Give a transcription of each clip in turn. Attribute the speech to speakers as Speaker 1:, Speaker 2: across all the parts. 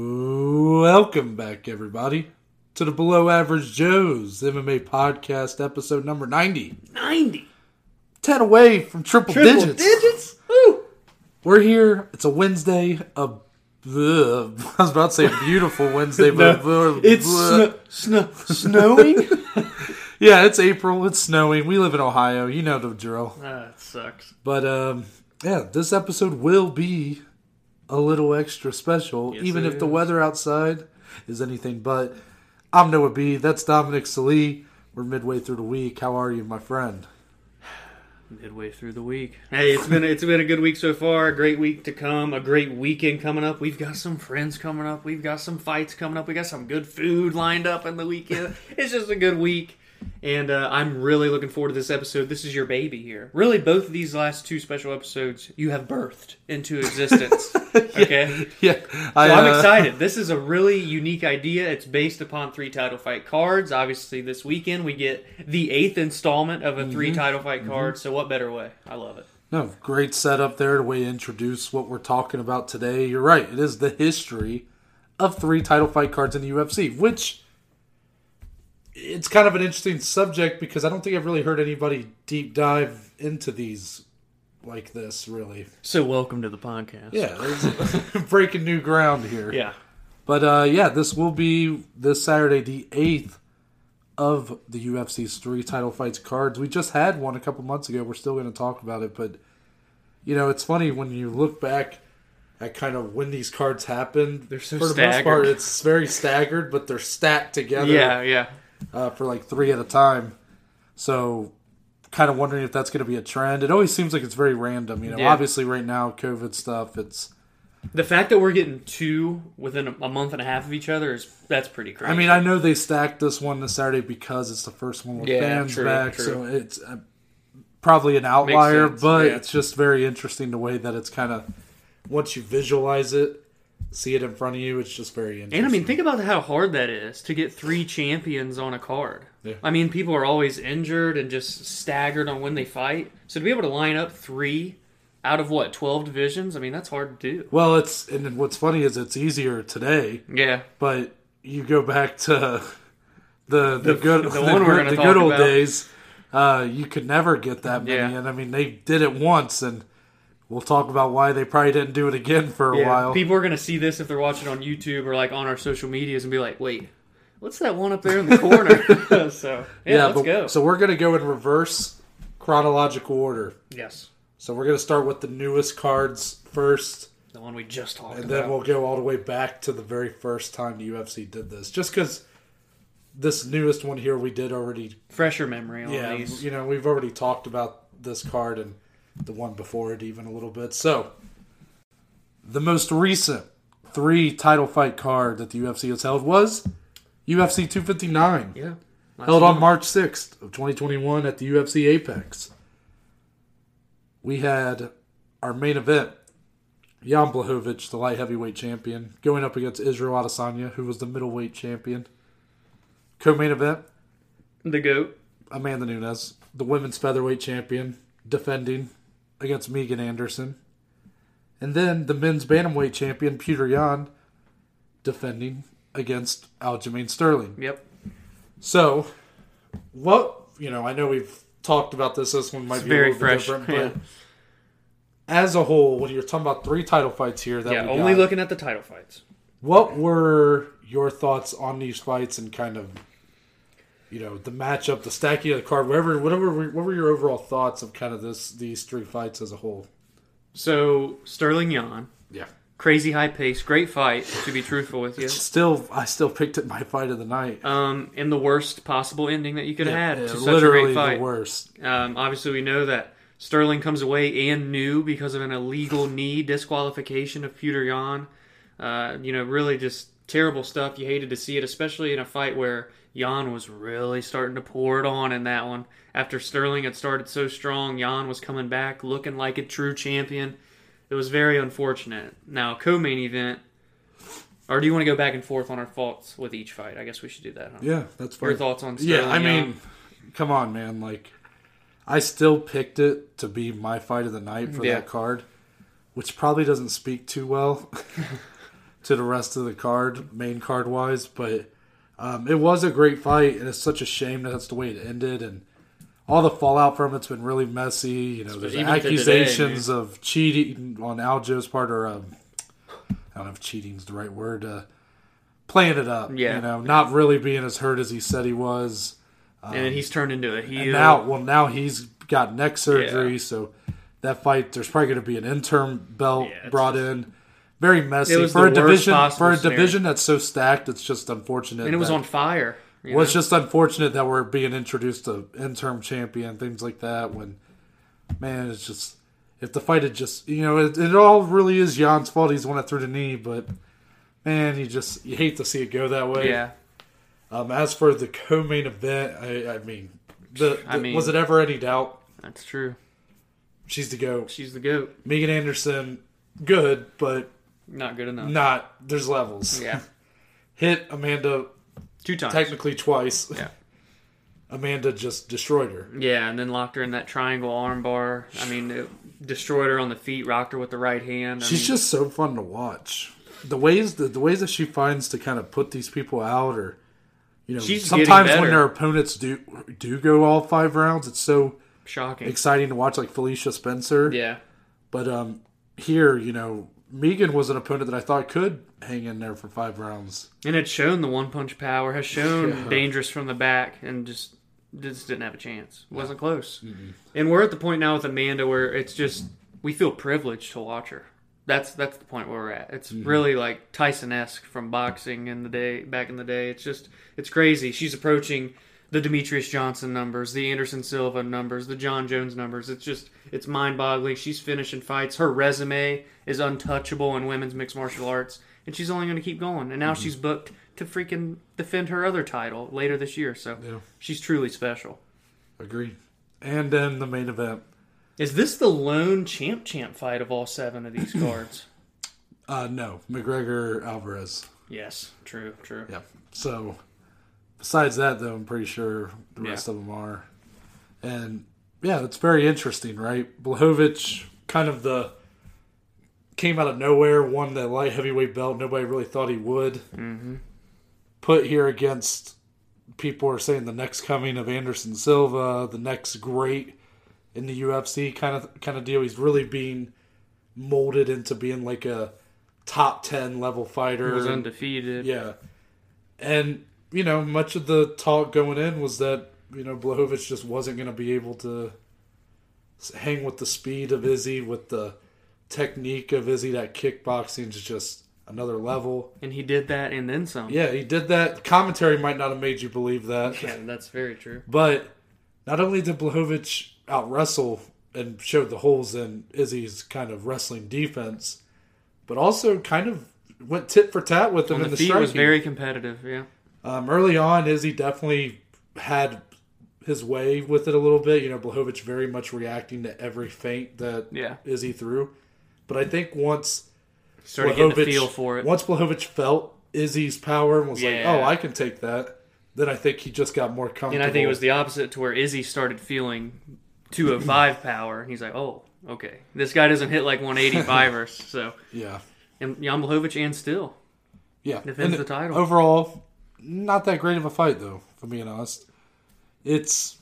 Speaker 1: Welcome back, everybody, to the Below Average Joe's MMA podcast, episode number 90.
Speaker 2: 90.
Speaker 1: 10 away from triple,
Speaker 2: Triple
Speaker 1: digits.
Speaker 2: digits? Woo.
Speaker 1: We're here. It's a Wednesday. A, ugh, I was about to say a beautiful Wednesday, but uh,
Speaker 2: No,
Speaker 1: but-
Speaker 2: it's
Speaker 1: but-
Speaker 2: sno- sno- snowing?
Speaker 1: yeah, it's April. It's snowing. We live in Ohio. You know the drill.
Speaker 2: Ah, it sucks.
Speaker 1: But um, yeah, this episode will be a little extra special,
Speaker 2: Yes,
Speaker 1: even
Speaker 2: it
Speaker 1: if the
Speaker 2: is.
Speaker 1: weather outside is anything but. I'm Noah B. That's Dominic Salee. We're midway through the week. How are you, my friend?
Speaker 2: Midway through the week. Hey, it's been it's been a good week so far. A great week to come. A great weekend coming up. We've got some friends coming up. We've got some fights coming up. We got some good food lined up in the weekend. it's just a good week, and uh, I'm really looking forward to this episode. This is your baby here. Really, both of these last two special episodes you have birthed into existence. Okay.
Speaker 1: Yeah,
Speaker 2: So I'm
Speaker 1: uh,
Speaker 2: excited. This is a really unique idea. It's based upon three title fight cards. Obviously, this weekend we get the eighth installment of a three title fight card. So what better way? I love it.
Speaker 1: No, great setup there to way introduce what we're talking about today. You're right. It is the history of three title fight cards in the UFC, which it's kind of an interesting subject because I don't think I've really heard anybody deep dive into these like this really.
Speaker 2: So welcome to the podcast.
Speaker 1: Yeah, there's breaking new ground here.
Speaker 2: Yeah.
Speaker 1: But uh, yeah, this will be this Saturday, the 8th of the UFC's three title fights cards. We just had one a couple months ago. We're still going to talk about it. But, you know, it's funny when you look back at kind of when these cards happened. They're
Speaker 2: so
Speaker 1: For the most
Speaker 2: staggered.
Speaker 1: part, it's very staggered, but they're stacked together
Speaker 2: Yeah. Yeah.
Speaker 1: uh, for like three at a time. So, kind of wondering if that's going to be a trend. It always seems like it's very random. You know,
Speaker 2: Yeah.
Speaker 1: obviously, right now, COVID stuff, it's.
Speaker 2: The fact that we're getting two within a, a month and a half of each other is that's pretty crazy.
Speaker 1: I mean, I know they stacked this one this Saturday because it's the first one with
Speaker 2: Yeah,
Speaker 1: fans
Speaker 2: true,
Speaker 1: back,
Speaker 2: true.
Speaker 1: so it's uh, probably an outlier.
Speaker 2: sense,
Speaker 1: But
Speaker 2: yeah.
Speaker 1: it's just very interesting the way that it's kind of once you visualize it, see it in front of you, it's just very interesting.
Speaker 2: And I mean, think about how hard that is to get three champions on a card.
Speaker 1: Yeah.
Speaker 2: I mean, people are always injured and just staggered on when they fight. So to be able to line up three out of what twelve divisions, I mean, that's hard to do.
Speaker 1: well, it's and then what's funny is it's easier today,
Speaker 2: Yeah,
Speaker 1: but you go back to the the, good
Speaker 2: the
Speaker 1: the,
Speaker 2: one we're
Speaker 1: good-
Speaker 2: gonna
Speaker 1: the
Speaker 2: talk
Speaker 1: good old
Speaker 2: about.
Speaker 1: days. Uh, you could never get that many,
Speaker 2: Yeah.
Speaker 1: and I mean, they did it once, and we'll talk about why they probably didn't do it again for a while.
Speaker 2: People are gonna see this if they're watching on YouTube or like on our social medias and be like, "Wait, what's that one up there in the corner?" so yeah, let's
Speaker 1: but,
Speaker 2: go.
Speaker 1: So we're gonna go in reverse chronological order.
Speaker 2: yes,
Speaker 1: So we're gonna start with the newest cards first,
Speaker 2: the one we just talked
Speaker 1: and
Speaker 2: about.
Speaker 1: then we'll go all the way back to the very first time the UFC did this. Just because this newest one here we did already.
Speaker 2: Fresher memory on
Speaker 1: Yeah,
Speaker 2: these.
Speaker 1: you know we've already talked about this card and the one before it even a little bit. So the most recent three title fight card that the UFC has held was UFC 259.
Speaker 2: Yeah, Last
Speaker 1: held
Speaker 2: one.
Speaker 1: on March 6th of 2021 at the UFC Apex. We had our main event, Jan Blahovic, the light heavyweight champion, going up against Israel Adesanya, who was the middleweight champion. Co-main event,
Speaker 2: the goat.
Speaker 1: Amanda Nunes, the women's featherweight champion, defending against Megan Anderson. And then the men's bantamweight champion, Peter Yan, defending against Aljamain Sterling.
Speaker 2: Yep,
Speaker 1: So, what you know, I know we've talked about this. This one might
Speaker 2: It's
Speaker 1: be
Speaker 2: very
Speaker 1: a little bit
Speaker 2: fresh,
Speaker 1: different, but as a whole, when you're talking about three title fights here, that
Speaker 2: yeah.
Speaker 1: we
Speaker 2: Only
Speaker 1: got,
Speaker 2: looking at the title fights.
Speaker 1: What were your thoughts on these fights and kind of, you know, the matchup, the stacking of the card, whatever, whatever? were- What were your overall thoughts of kind of this these three fights as a whole?
Speaker 2: So Sterling Yon,
Speaker 1: Yeah,
Speaker 2: crazy high pace, great fight. To be truthful with you,
Speaker 1: still, I still picked it my fight of the night.
Speaker 2: um, and the worst possible ending that you could have had
Speaker 1: Yeah,
Speaker 2: to such a
Speaker 1: literally
Speaker 2: great fight.
Speaker 1: the worst.
Speaker 2: Um, obviously, we know that Sterling comes away and new because of an illegal knee disqualification of Peter Yan. Uh, you know, really just terrible stuff. You hated to see it, especially in a fight where Yan was really starting to pour it on in that one. After Sterling had started so strong, Yan was coming back looking like a true champion. It was very unfortunate. Now, co-main event, or do you want to go back and forth on our faults with each fight? I guess we should do that. Huh?
Speaker 1: Yeah, that's fine.
Speaker 2: Your thoughts on Sterling?
Speaker 1: Yeah, I
Speaker 2: Yan?
Speaker 1: mean, come on, man. Like, I still picked it to be my fight of the night for
Speaker 2: Yeah.
Speaker 1: that card, which probably doesn't speak too well to the rest of the card, main card wise. But um, it was a great fight, and it's such a shame that that's the way it ended. And all the fallout from it's been really messy. You know, there's
Speaker 2: Even to today,
Speaker 1: accusations of cheating on Aljo's part, or um, I don't know if cheating's the right word. Uh, playing it up,
Speaker 2: Yeah.
Speaker 1: you know, not really being as hurt as he said he was.
Speaker 2: and then he's turned into a heel.
Speaker 1: um, And now, well, now he's got neck surgery, so that fight there's probably going to be an interim belt
Speaker 2: Yeah, it's
Speaker 1: brought in. Very messy
Speaker 2: It was
Speaker 1: for a
Speaker 2: the worst
Speaker 1: division
Speaker 2: possible
Speaker 1: for a
Speaker 2: scenario.
Speaker 1: division that's so stacked. It's just unfortunate.
Speaker 2: and it was
Speaker 1: that-
Speaker 2: on fire. you
Speaker 1: well, it's
Speaker 2: know?
Speaker 1: just unfortunate that we're being introduced to interim champion things like that. When man, it's just if the fight had just you know it, it all really is Jan's fault. He's the one that threw the knee, but man, you just you hate to see it go that way.
Speaker 2: yeah.
Speaker 1: Um, as for the co-main event, I, I mean, the,
Speaker 2: I
Speaker 1: the-
Speaker 2: mean-
Speaker 1: was it ever any doubt?
Speaker 2: That's true.
Speaker 1: She's to go.
Speaker 2: She's the goat.
Speaker 1: Megan Anderson, good, but
Speaker 2: Not good enough.
Speaker 1: not. There's levels.
Speaker 2: Yeah.
Speaker 1: Hit Amanda
Speaker 2: Two times.
Speaker 1: technically twice.
Speaker 2: Yeah.
Speaker 1: Amanda just destroyed her.
Speaker 2: Yeah, and then locked her in that triangle armbar. I mean, it destroyed her on the feet, rocked her with the right hand. I
Speaker 1: She's
Speaker 2: mean,
Speaker 1: just so fun to watch. The ways the, the ways that she finds to kind of put these people out, or you know,
Speaker 2: She's getting
Speaker 1: sometimes
Speaker 2: better.
Speaker 1: when their opponents do do go all five rounds, it's so
Speaker 2: shocking.
Speaker 1: exciting to watch. Like Felicia Spencer,
Speaker 2: yeah.
Speaker 1: but um, here you know, Megan was an opponent that I thought could hang in there for five rounds.
Speaker 2: And had shown the one punch power, has shown dangerous from the back, and just just didn't have a chance. Wasn't close. And we're at the point now with Amanda where it's just we feel privileged to watch her. That's that's the point where we're at. It's really like Tyson esque from boxing in the day back in the day. It's just it's crazy. She's approaching the Demetrius Johnson numbers, the Anderson Silva numbers, the John Jones numbers. It's just it's mind boggling. She's finishing fights. Her resume is untouchable in women's mixed martial arts, and she's only going to keep going. And now she's booked to freaking defend her other title later this year. So
Speaker 1: Yeah.
Speaker 2: she's truly special.
Speaker 1: Agreed. And then the main event.
Speaker 2: Is this the lone champ champ fight of all seven of these cards?
Speaker 1: Uh, no, McGregor Alvarez.
Speaker 2: yes, true, true.
Speaker 1: Yeah. So, besides that, though, I'm pretty sure the
Speaker 2: Yeah.
Speaker 1: rest of them are. And yeah, it's very interesting, right? Blahovich kind of the came out of nowhere, won the light heavyweight belt. Nobody really thought he would. Mm-hmm. Put here against people are saying the next coming of Anderson Silva, the next great in the UFC kind of kind of deal. He's really being molded into being like a top ten level fighter.
Speaker 2: Was undefeated.
Speaker 1: Yeah. And, you know, much of the talk going in was that, you know, Blahovich just wasn't going to be able to s- hang with the speed of Izzy, with the technique of Izzy. That kickboxing is just another level.
Speaker 2: And he did that and then some.
Speaker 1: Yeah, he did that. Commentary might not have made you believe that.
Speaker 2: Yeah, that's very true.
Speaker 1: But not only did Blahovich out wrestle and showed the holes in Izzy's kind of wrestling defense, but also kind of went tit for tat with him
Speaker 2: On
Speaker 1: in
Speaker 2: the,
Speaker 1: the
Speaker 2: feet was
Speaker 1: striking.
Speaker 2: very competitive. Yeah,
Speaker 1: Um, early on, Izzy definitely had his way with it a little bit. You know, Blahovich very much reacting to every feint that
Speaker 2: yeah.
Speaker 1: Izzy threw. But I think once
Speaker 2: Started getting the feel for it.
Speaker 1: once Blahovich felt Izzy's power and was like,
Speaker 2: Yeah.
Speaker 1: "Oh, I can take that," then I think he just got more comfortable.
Speaker 2: and I think it was the opposite to where Izzy started feeling 205 power. And he's like, oh, okay, this guy doesn't hit like 185ers. So
Speaker 1: yeah,
Speaker 2: and Jan Blachowicz and still
Speaker 1: yeah.
Speaker 2: Defends the title.
Speaker 1: overall. Not that great of a fight, though. If I'm being honest, it's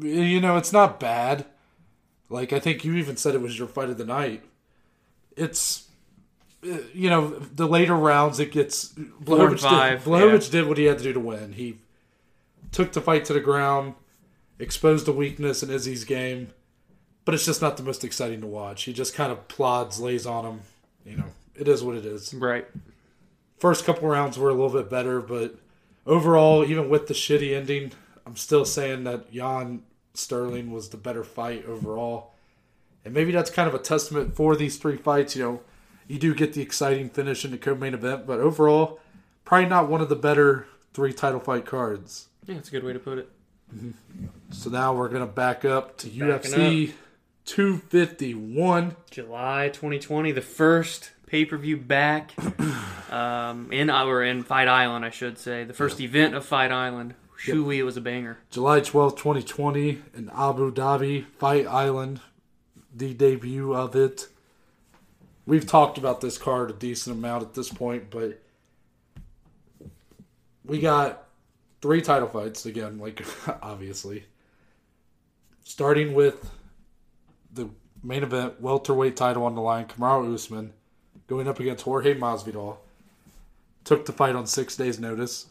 Speaker 1: you know it's not bad. Like I think you even said it was your fight of the night. It's uh, you know the later rounds it gets
Speaker 2: Four and
Speaker 1: Blahovich
Speaker 2: five,
Speaker 1: did, Blahovich did what he had to do to win. He took the fight to the ground, exposed the weakness in Izzy's game, but it's just not the most exciting to watch. He just kind of plods, lays on him. You know, it is what it is
Speaker 2: right.
Speaker 1: first couple rounds were a little bit better, but overall, even with the shitty ending, I'm still saying that Jan Sterling was the better fight overall. And maybe that's kind of a testament for these three fights. You know, you do get the exciting finish in the co-main event, but overall, probably not one of the better three title fight cards.
Speaker 2: Yeah, that's a good way to put it.
Speaker 1: So now we're gonna back up to
Speaker 2: Backing
Speaker 1: UFC 251.
Speaker 2: July 2020, the first pay per view back um, in or in Fight Island, I should say, the first event of Fight Island. Shoo it was a banger.
Speaker 1: July twelfth, 2020, in Abu Dhabi, Fight Island, the debut of it. we've talked about this card a decent amount at this point, but we got three title fights again, like obviously. Starting with the main event, welterweight title on the line, Kamaru Usman going up against Jorge Masvidal. Took the fight on six days' notice.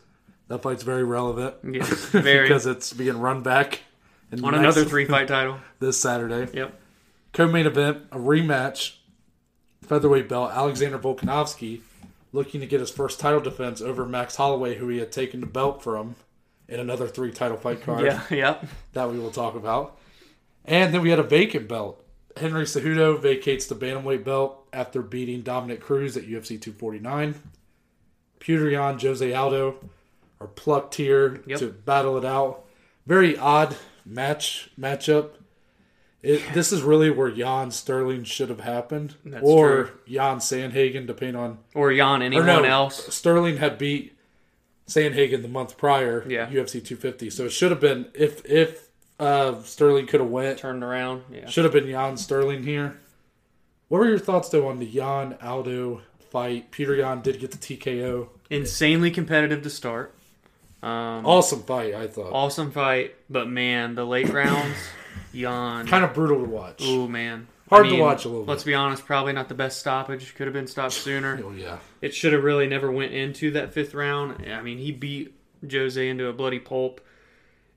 Speaker 1: That fight's very relevant
Speaker 2: Yes, very.
Speaker 1: because it's being run back in
Speaker 2: on
Speaker 1: next-
Speaker 2: another three fight title.
Speaker 1: this Saturday.
Speaker 2: Yep.
Speaker 1: Co-main event, a rematch, featherweight belt. Alexander Volkanovski looking to get his first title defense over Max Holloway, who he had taken the belt from in another three title fight card
Speaker 2: Yeah. Yep.
Speaker 1: that we will talk about. And then we had a vacant belt. Henry Cejudo vacates the bantamweight belt after beating Dominic Cruz at UFC 249. Pewterion, Jose Aldo are plucked here
Speaker 2: Yep.
Speaker 1: to battle it out. Very odd match matchup. It, This is really where Jan Sterling should have happened,
Speaker 2: That's
Speaker 1: or Jan Sandhagen, depending on
Speaker 2: Or Jan, anyone
Speaker 1: or no,
Speaker 2: else?
Speaker 1: Sterling had beat Sandhagen the month prior,
Speaker 2: Yeah.
Speaker 1: UFC 250. So it should have been if if uh, Sterling could have went,
Speaker 2: Turned around. Yeah.
Speaker 1: should have been Jan Sterling here. What were your thoughts though on the Jan Aldo fight? Peter Jan did get the TKO.
Speaker 2: Insanely competitive to start. Um,
Speaker 1: Awesome fight, I thought.
Speaker 2: awesome fight, but man, the late rounds, Jan.
Speaker 1: Kind of brutal to watch.
Speaker 2: Ooh man,
Speaker 1: Hard to watch a little bit.
Speaker 2: Let's be honest, probably not the best stoppage. Could have been stopped sooner.
Speaker 1: Oh yeah,
Speaker 2: It should have really never went into that fifth round. I mean, he beat Jose into a bloody pulp,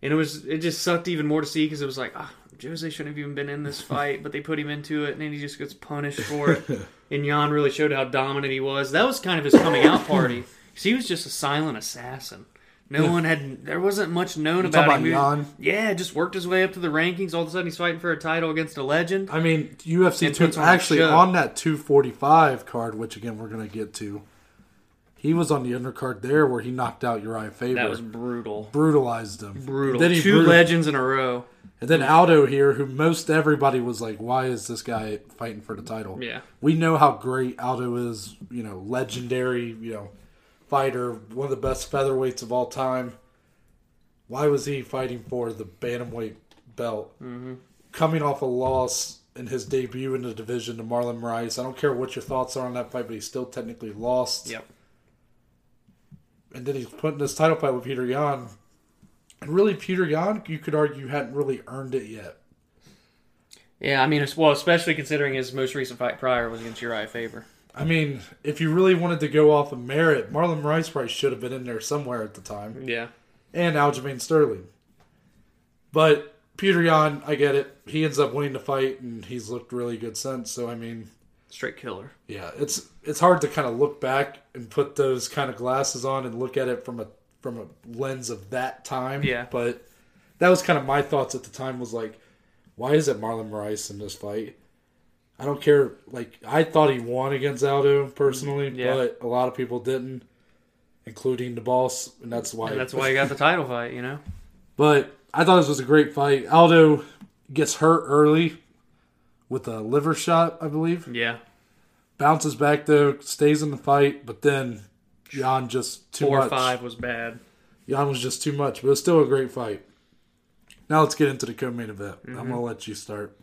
Speaker 2: and it was it just sucked even more to see because it was like ah, Jose shouldn't have even been in this fight, but they put him into it, and then he just gets punished for it. and Jan really showed how dominant he was. That was kind of his coming out party 'cause he was just a silent assassin. No one had there wasn't much known
Speaker 1: talking
Speaker 2: about him.
Speaker 1: about
Speaker 2: He was- Yeah, just worked his way up to the rankings. All of a sudden, he's fighting for a title against a legend.
Speaker 1: I mean UFC
Speaker 2: And
Speaker 1: two
Speaker 2: puts on a
Speaker 1: actually
Speaker 2: show.
Speaker 1: on that 245 card, which again we're gonna get to. He was on the undercard there where he knocked out Uriah Faber.
Speaker 2: That was brutal.
Speaker 1: brutalized him.
Speaker 2: Brutal.
Speaker 1: Then he
Speaker 2: Two
Speaker 1: brutal-
Speaker 2: legends in a row.
Speaker 1: And then Aldo here, who most everybody was like, why is this guy fighting for the title?
Speaker 2: Yeah.
Speaker 1: We know how great Aldo is, you know, legendary, you know, fighter, one of the best featherweights of all time. Why was he fighting for the bantamweight belt?
Speaker 2: Mm-hmm.
Speaker 1: Coming off a loss in his debut in the division to Marlon Rice. I don't care what your thoughts are on that fight, but he still technically lost
Speaker 2: Yep.
Speaker 1: and then he's put in this title fight with Peter Yan. And really, Peter Yan, you could argue, hadn't really earned it yet.
Speaker 2: Yeah, I mean, it's- well, especially considering his most recent fight prior was against Uriah Faber.
Speaker 1: I mean, if you really wanted to go off of merit, Marlon Rice probably should have been in there somewhere at the time,
Speaker 2: Yeah,
Speaker 1: and Aljamain Sterling. But Peter Yan, I get it. He ends up winning the fight, and he's looked really good since. So I mean,
Speaker 2: straight killer.
Speaker 1: yeah, it's it's hard to kind of look back and put those kind of glasses on and look at it from a from a lens of that time.
Speaker 2: Yeah.
Speaker 1: But that was kind of my thoughts at the time was like, why is it Marlon Moraes in this fight? I don't care. Like I thought he won against Aldo personally,
Speaker 2: Mm-hmm. Yeah.
Speaker 1: but a lot of people didn't, including the boss, and that's why.
Speaker 2: And that's why he got the title fight, you know?
Speaker 1: But I thought this was a great fight. Aldo gets hurt early with a liver shot, I believe
Speaker 2: Yeah.
Speaker 1: bounces back though, stays in the fight, but then Jan just too
Speaker 2: Four or
Speaker 1: much.
Speaker 2: five was bad.
Speaker 1: Jan was just too much, but it was still a great fight. Now let's get into the co-main event. I'm gonna let you start.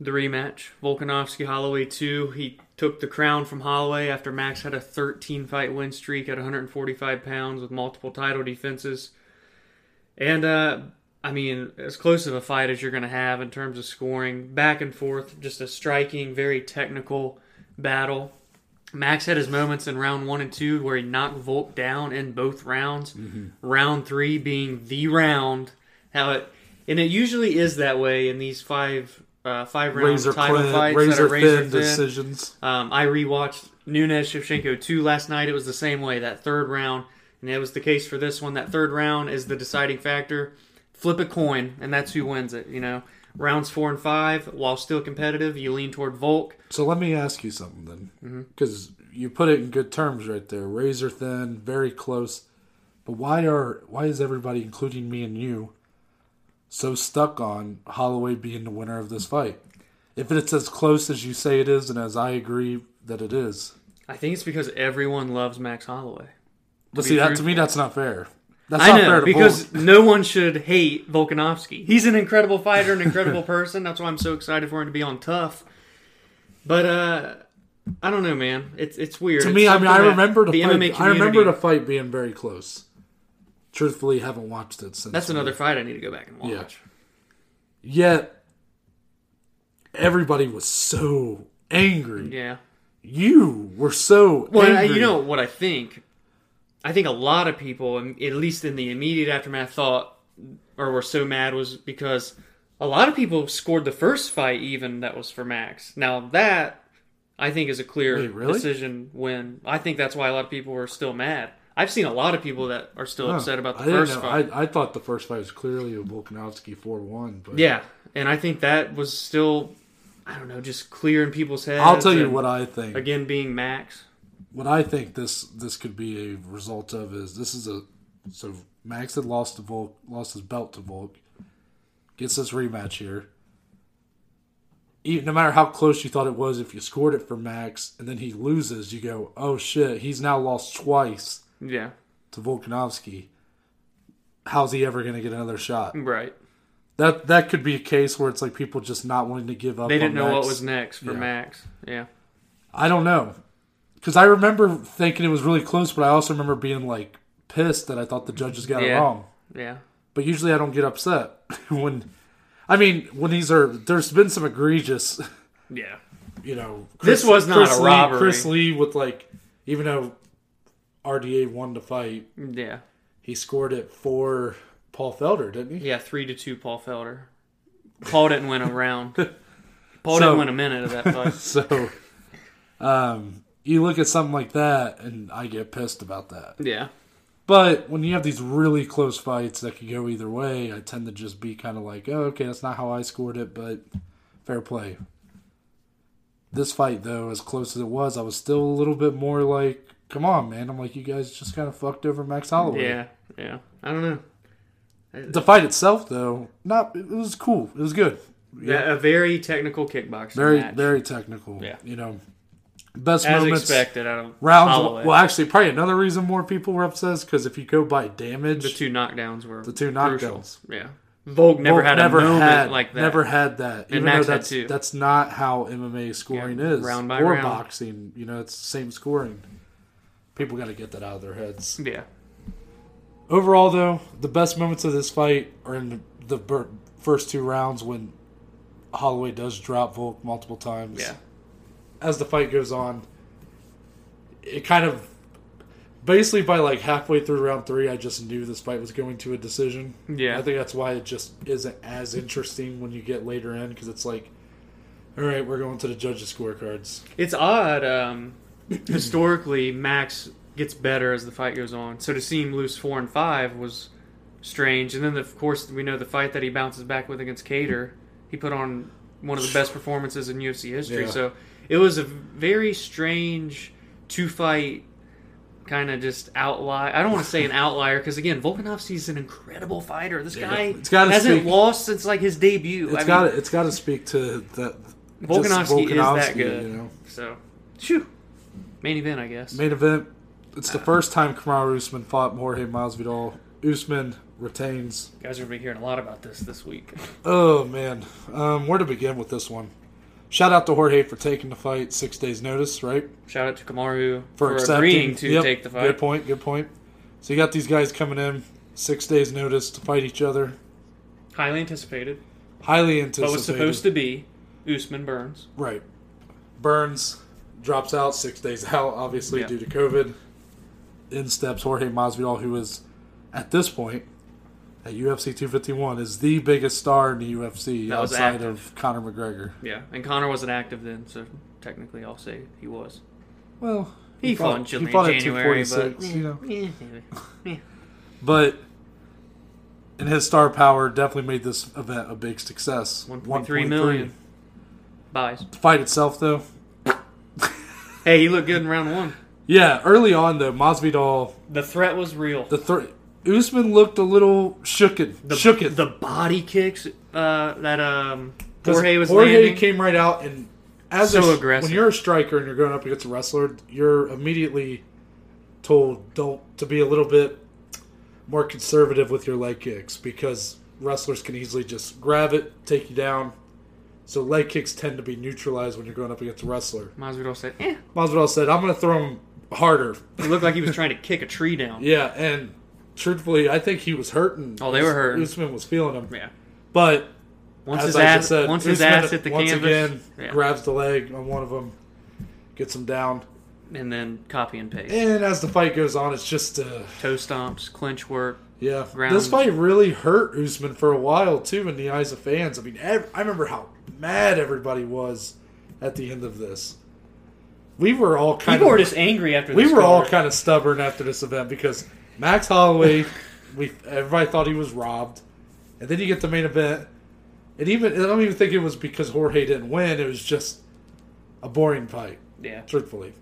Speaker 2: The rematch Volkanovski Holloway 2. He took the crown from Holloway after Max had a 13 fight win streak at 145 pounds with multiple title defenses. And, uh, I mean, as close of a fight as you're going to have in terms of scoring, back and forth, just a striking, very technical battle. Max had his moments in round one and two where he knocked Volk down in both rounds.
Speaker 1: Mm-hmm.
Speaker 2: Round three being the round. How it and it usually is that way in these five uh, five round
Speaker 1: Razor
Speaker 2: title
Speaker 1: thin,
Speaker 2: fights that
Speaker 1: razor
Speaker 2: are razor
Speaker 1: thin
Speaker 2: thin.
Speaker 1: decisions.
Speaker 2: Um, I rewatched Nunes Shevchenko two last night. It was the same way that third round, and it was the case for this one. That third round is the deciding factor. Flip a coin, and that's who wins it. You know, rounds four and five, while still competitive, you lean toward Volk.
Speaker 1: So let me ask you something
Speaker 2: Mm-hmm.
Speaker 1: then, because you put it in good terms right there. Razor thin, very close. But why are why is everybody, including me and you, so stuck on Holloway being the winner of this fight? If it's as close as you say it is, and as I agree that it is,
Speaker 2: I think it's because everyone loves Max Holloway.
Speaker 1: But
Speaker 2: be
Speaker 1: see, that, to
Speaker 2: truthful.
Speaker 1: me, that's not fair. That's
Speaker 2: I
Speaker 1: not fair
Speaker 2: know
Speaker 1: to
Speaker 2: because
Speaker 1: Volk.
Speaker 2: no one should hate Volkanovski. He's an incredible fighter, an incredible person. That's why I'm so excited for him to be on Tough. But uh, I don't know, man. It's it's weird.
Speaker 1: To
Speaker 2: It's
Speaker 1: me, I mean, I
Speaker 2: something that
Speaker 1: remember the,
Speaker 2: the
Speaker 1: fight.
Speaker 2: MMA
Speaker 1: I remember
Speaker 2: community-
Speaker 1: the fight being very close. Truthfully, haven't watched it since.
Speaker 2: That's another fight I need to go back and watch.
Speaker 1: Yeah. Yet, everybody was so angry.
Speaker 2: Yeah.
Speaker 1: You were so
Speaker 2: Well, I-
Speaker 1: angry.
Speaker 2: you know what I think? I think a lot of people, um, at least in the immediate aftermath, thought or were so mad was because a lot of people scored the first fight, even that was for Max. Now that I think is a clear
Speaker 1: Wait, really?
Speaker 2: decision win. I think that's why a lot of people were still mad. I've seen a lot of people that are still
Speaker 1: Huh.
Speaker 2: upset about the
Speaker 1: I didn't
Speaker 2: first
Speaker 1: know.
Speaker 2: fight.
Speaker 1: I, I thought the first fight was clearly a Volkanovski four one. But
Speaker 2: Yeah, and I think that was still, I don't know, just clear in people's heads.
Speaker 1: I'll tell you
Speaker 2: and
Speaker 1: what I think.
Speaker 2: Again, being Max.
Speaker 1: what I think this this could be a result of is this is a so Max had lost to Volk, lost his belt to Volk, gets this rematch here. Even, no matter how close you thought it was, if you scored it for Max and then he loses, you go, oh shit, he's now lost twice
Speaker 2: Yeah,
Speaker 1: to Volkanovski. How's he ever going to get another shot?
Speaker 2: right.
Speaker 1: That that could be a case where it's like people just not wanting to give up.
Speaker 2: They didn't
Speaker 1: on Max.
Speaker 2: know what was next for
Speaker 1: Yeah.
Speaker 2: Max. Yeah.
Speaker 1: I don't know. Because I remember thinking it was really close, but I also remember being like pissed that I thought the judges got it
Speaker 2: Yeah.
Speaker 1: wrong.
Speaker 2: Yeah.
Speaker 1: But usually I don't get upset when, I mean, when these are, there's been some egregious,
Speaker 2: Yeah.
Speaker 1: you know.
Speaker 2: This was not a
Speaker 1: Lee,
Speaker 2: robbery.
Speaker 1: Chris Lee with like, even though RDA won the fight,
Speaker 2: Yeah.
Speaker 1: he scored it for Paul Felder, didn't he?
Speaker 2: Yeah, three to two Paul Felder. Paul didn't win a round. Paul
Speaker 1: So-
Speaker 2: didn't win a minute of that fight.
Speaker 1: So, um, you look at something like that and I get pissed about that.
Speaker 2: Yeah.
Speaker 1: But when you have these really close fights that could go either way, I tend to just be kind of like, oh, okay, that's not how I scored it, but fair play. This fight, though, as close as it was, I was still a little bit more like, come on, man. I'm like, you guys just kind of fucked over Max Holloway.
Speaker 2: Yeah. Yeah. I don't know.
Speaker 1: The fight itself, though, not it was cool. It was good.
Speaker 2: Yeah, a very technical kickboxing
Speaker 1: Very,
Speaker 2: match.
Speaker 1: very technical.
Speaker 2: Yeah.
Speaker 1: You know, best
Speaker 2: As
Speaker 1: moments.
Speaker 2: expected, I don't
Speaker 1: Rounds.
Speaker 2: Holloway.
Speaker 1: Well, actually, probably another reason more people were upset is because if you go by damage,
Speaker 2: the two knockdowns were
Speaker 1: the two
Speaker 2: crucial.
Speaker 1: knockdowns.
Speaker 2: Yeah. Volk never
Speaker 1: Well,
Speaker 2: had a moment
Speaker 1: had-
Speaker 2: like that.
Speaker 1: Never had that. Even
Speaker 2: Max
Speaker 1: though
Speaker 2: had
Speaker 1: that's
Speaker 2: two.
Speaker 1: that's not how MMA scoring
Speaker 2: Yeah,
Speaker 1: is.
Speaker 2: round by
Speaker 1: or
Speaker 2: round.
Speaker 1: boxing, you know, it's the same scoring. People got to get that out of their heads.
Speaker 2: Yeah.
Speaker 1: Overall, though, the best moments of this fight are in the bir- first two rounds when Holloway does drop Volk multiple times.
Speaker 2: Yeah.
Speaker 1: As the fight goes on, it kind of basically by like halfway through round three, I just knew this fight was going to a decision.
Speaker 2: Yeah.
Speaker 1: I think that's why it just isn't as interesting when you get later in because it's like, all right, we're going to the judges' scorecards.
Speaker 2: It's odd. Um, historically, Max gets better as the fight goes on. So to see him lose four and five was strange. And then, of course, we know the fight that he bounces back with against Cater. He put on one of the best performances in UFC history.
Speaker 1: Yeah.
Speaker 2: So it was a very strange two fight kind of just outlier. I don't want to say an outlier because again, Volkanovski's an incredible fighter. This
Speaker 1: Yeah.
Speaker 2: guy
Speaker 1: It's gotta
Speaker 2: hasn't
Speaker 1: speak-
Speaker 2: lost since like his debut.
Speaker 1: It's
Speaker 2: I mean,
Speaker 1: got to it's got to speak to that. just
Speaker 2: Volkanovski is that
Speaker 1: Volkanovski,
Speaker 2: good.
Speaker 1: You know,
Speaker 2: So, shoo, main event, I guess.
Speaker 1: main event. It's
Speaker 2: Uh,
Speaker 1: the first time Kamaru Usman fought Jorge Masvidal. Usman retains.
Speaker 2: guys are gonna be hearing a lot about this this week.
Speaker 1: Oh man, um, where to begin with this one? Shout out to Jorge for taking the fight six days notice, right?
Speaker 2: Shout out to Kamaru
Speaker 1: for,
Speaker 2: for,
Speaker 1: accepting.
Speaker 2: agreeing to
Speaker 1: Yep,
Speaker 2: take the fight.
Speaker 1: Good point. Good point. So you got these guys coming in six days notice to fight each other.
Speaker 2: Highly anticipated,
Speaker 1: Highly anticipated.
Speaker 2: but was supposed to be Usman Burns.
Speaker 1: right. Burns drops out six days out, obviously
Speaker 2: Yeah.
Speaker 1: due to COVID. In steps Jorge Masvidal, who is at this point at UFC 251 is the biggest star in the UFC
Speaker 2: That was
Speaker 1: outside
Speaker 2: active.
Speaker 1: of Conor McGregor.
Speaker 2: Yeah, and Connor wasn't active then, so technically I'll say he was.
Speaker 1: Well,
Speaker 2: He, fought, in Chile
Speaker 1: he fought
Speaker 2: in
Speaker 1: at
Speaker 2: January,
Speaker 1: 246,
Speaker 2: but
Speaker 1: you know.
Speaker 2: Eh, eh, eh.
Speaker 1: But and his star power definitely made this event a big success.
Speaker 2: 1.3 million buys.
Speaker 1: The fight itself, though,
Speaker 2: Hey, he looked good in round one.
Speaker 1: yeah. Early on, though, Masvidal
Speaker 2: The threat was real.
Speaker 1: the three Usman looked a little shooken.
Speaker 2: the,
Speaker 1: shooken.
Speaker 2: the body kicks uh, that um,
Speaker 1: 'Cause
Speaker 2: Jorge was
Speaker 1: Jorge
Speaker 2: landing.
Speaker 1: came right out and as a,
Speaker 2: So
Speaker 1: sh-
Speaker 2: aggressive.
Speaker 1: When you're a striker and you're going up against a wrestler, you're immediately told don't to be a little bit more conservative with your leg kicks because wrestlers can easily just grab it, take you down. So leg kicks tend to be neutralized when you're going up against a wrestler.
Speaker 2: Masvidal said, "Eh."
Speaker 1: Masvidal said, "I'm going to throw him harder."
Speaker 2: It looked like he was trying to kick a tree down.
Speaker 1: Yeah, and truthfully, I think he was hurting.
Speaker 2: Oh, they were hurting.
Speaker 1: Usman was feeling him,
Speaker 2: Yeah.
Speaker 1: but
Speaker 2: Once
Speaker 1: as
Speaker 2: his
Speaker 1: I just
Speaker 2: ass,
Speaker 1: said,
Speaker 2: once his
Speaker 1: Usman
Speaker 2: ass hit the
Speaker 1: once
Speaker 2: canvas,
Speaker 1: again,
Speaker 2: yeah.
Speaker 1: grabs the leg on one of them, gets him down.
Speaker 2: and then copy and paste,
Speaker 1: And as the fight goes on, it's just uh,
Speaker 2: toe stomps, clinch work.
Speaker 1: yeah.
Speaker 2: Round.
Speaker 1: This fight really hurt Usman for a while too in the eyes of fans. I mean, ev- I remember how mad everybody was at the end of this. We were all kind
Speaker 2: People were
Speaker 1: of
Speaker 2: just angry after.
Speaker 1: we
Speaker 2: the
Speaker 1: were all
Speaker 2: score.
Speaker 1: kind of stubborn after this event because Max Holloway, we everybody thought he was robbed, and then you get the main event, and even I don't even think it was because Jorge didn't win. It was just a boring fight,
Speaker 2: Yeah.
Speaker 1: truthfully.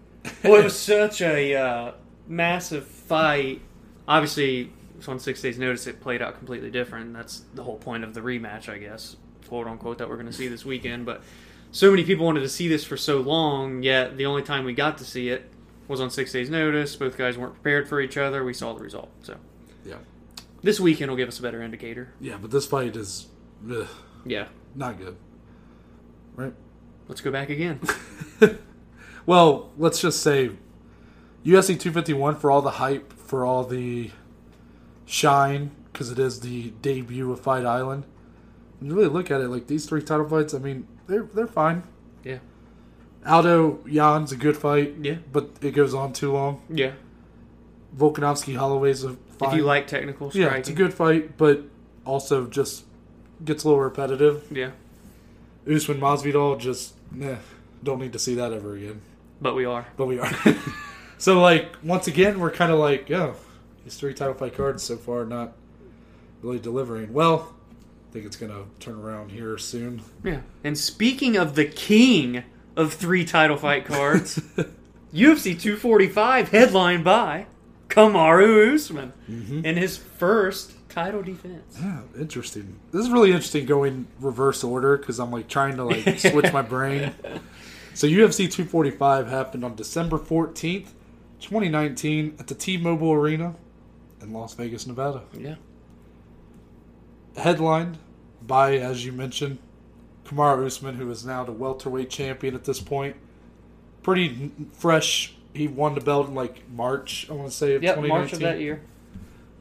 Speaker 2: Well, it was such a uh, massive fight. Obviously, it's on six days' notice, it played out completely different. That's the whole point of the rematch, I guess, quote unquote, that we're going to see this weekend. But so many people wanted to see this for so long, yet the only time we got to see it was on six days' notice. Both guys weren't prepared for each other. We saw the result. So
Speaker 1: yeah,
Speaker 2: this weekend will give us a better indicator.
Speaker 1: yeah, but this fight is ugh,
Speaker 2: Yeah.
Speaker 1: not good, right?
Speaker 2: Let's go back again.
Speaker 1: Well, let's just say USC 251 for all the hype, for all the shine, because it is the debut of Fight Island. When you really look at it, like these three title fights, I mean, they're they're fine.
Speaker 2: Yeah.
Speaker 1: Aldo Jan's a good fight,
Speaker 2: Yeah.
Speaker 1: but it goes on too long.
Speaker 2: Yeah.
Speaker 1: Volkanovski Holloway's a fine.
Speaker 2: If you like technical striking.
Speaker 1: yeah, it's a good fight, but also just gets a little repetitive.
Speaker 2: Yeah.
Speaker 1: Usman Masvidal just nah, don't need to see that ever again.
Speaker 2: But we are.
Speaker 1: but we are. so like once again, we're kind of like, oh, these three title fight cards so far not really delivering. Well, I think it's gonna turn around here soon.
Speaker 2: Yeah. And speaking of the king of three title fight cards, UFC 245, headlined by Kamaru Usman in his first title defense.
Speaker 1: yeah, interesting. This is really interesting going reverse order because I'm like trying to like switch my brain. So UFC 245 happened on December 14th, 2019, at the T-Mobile Arena in Las Vegas, Nevada.
Speaker 2: Yeah.
Speaker 1: headlined by, as you mentioned, Kamara Usman, who is now the welterweight champion at this point. Pretty n- fresh. He won the belt in like March, I want to say, of
Speaker 2: Yep,
Speaker 1: 2019.
Speaker 2: March of that year.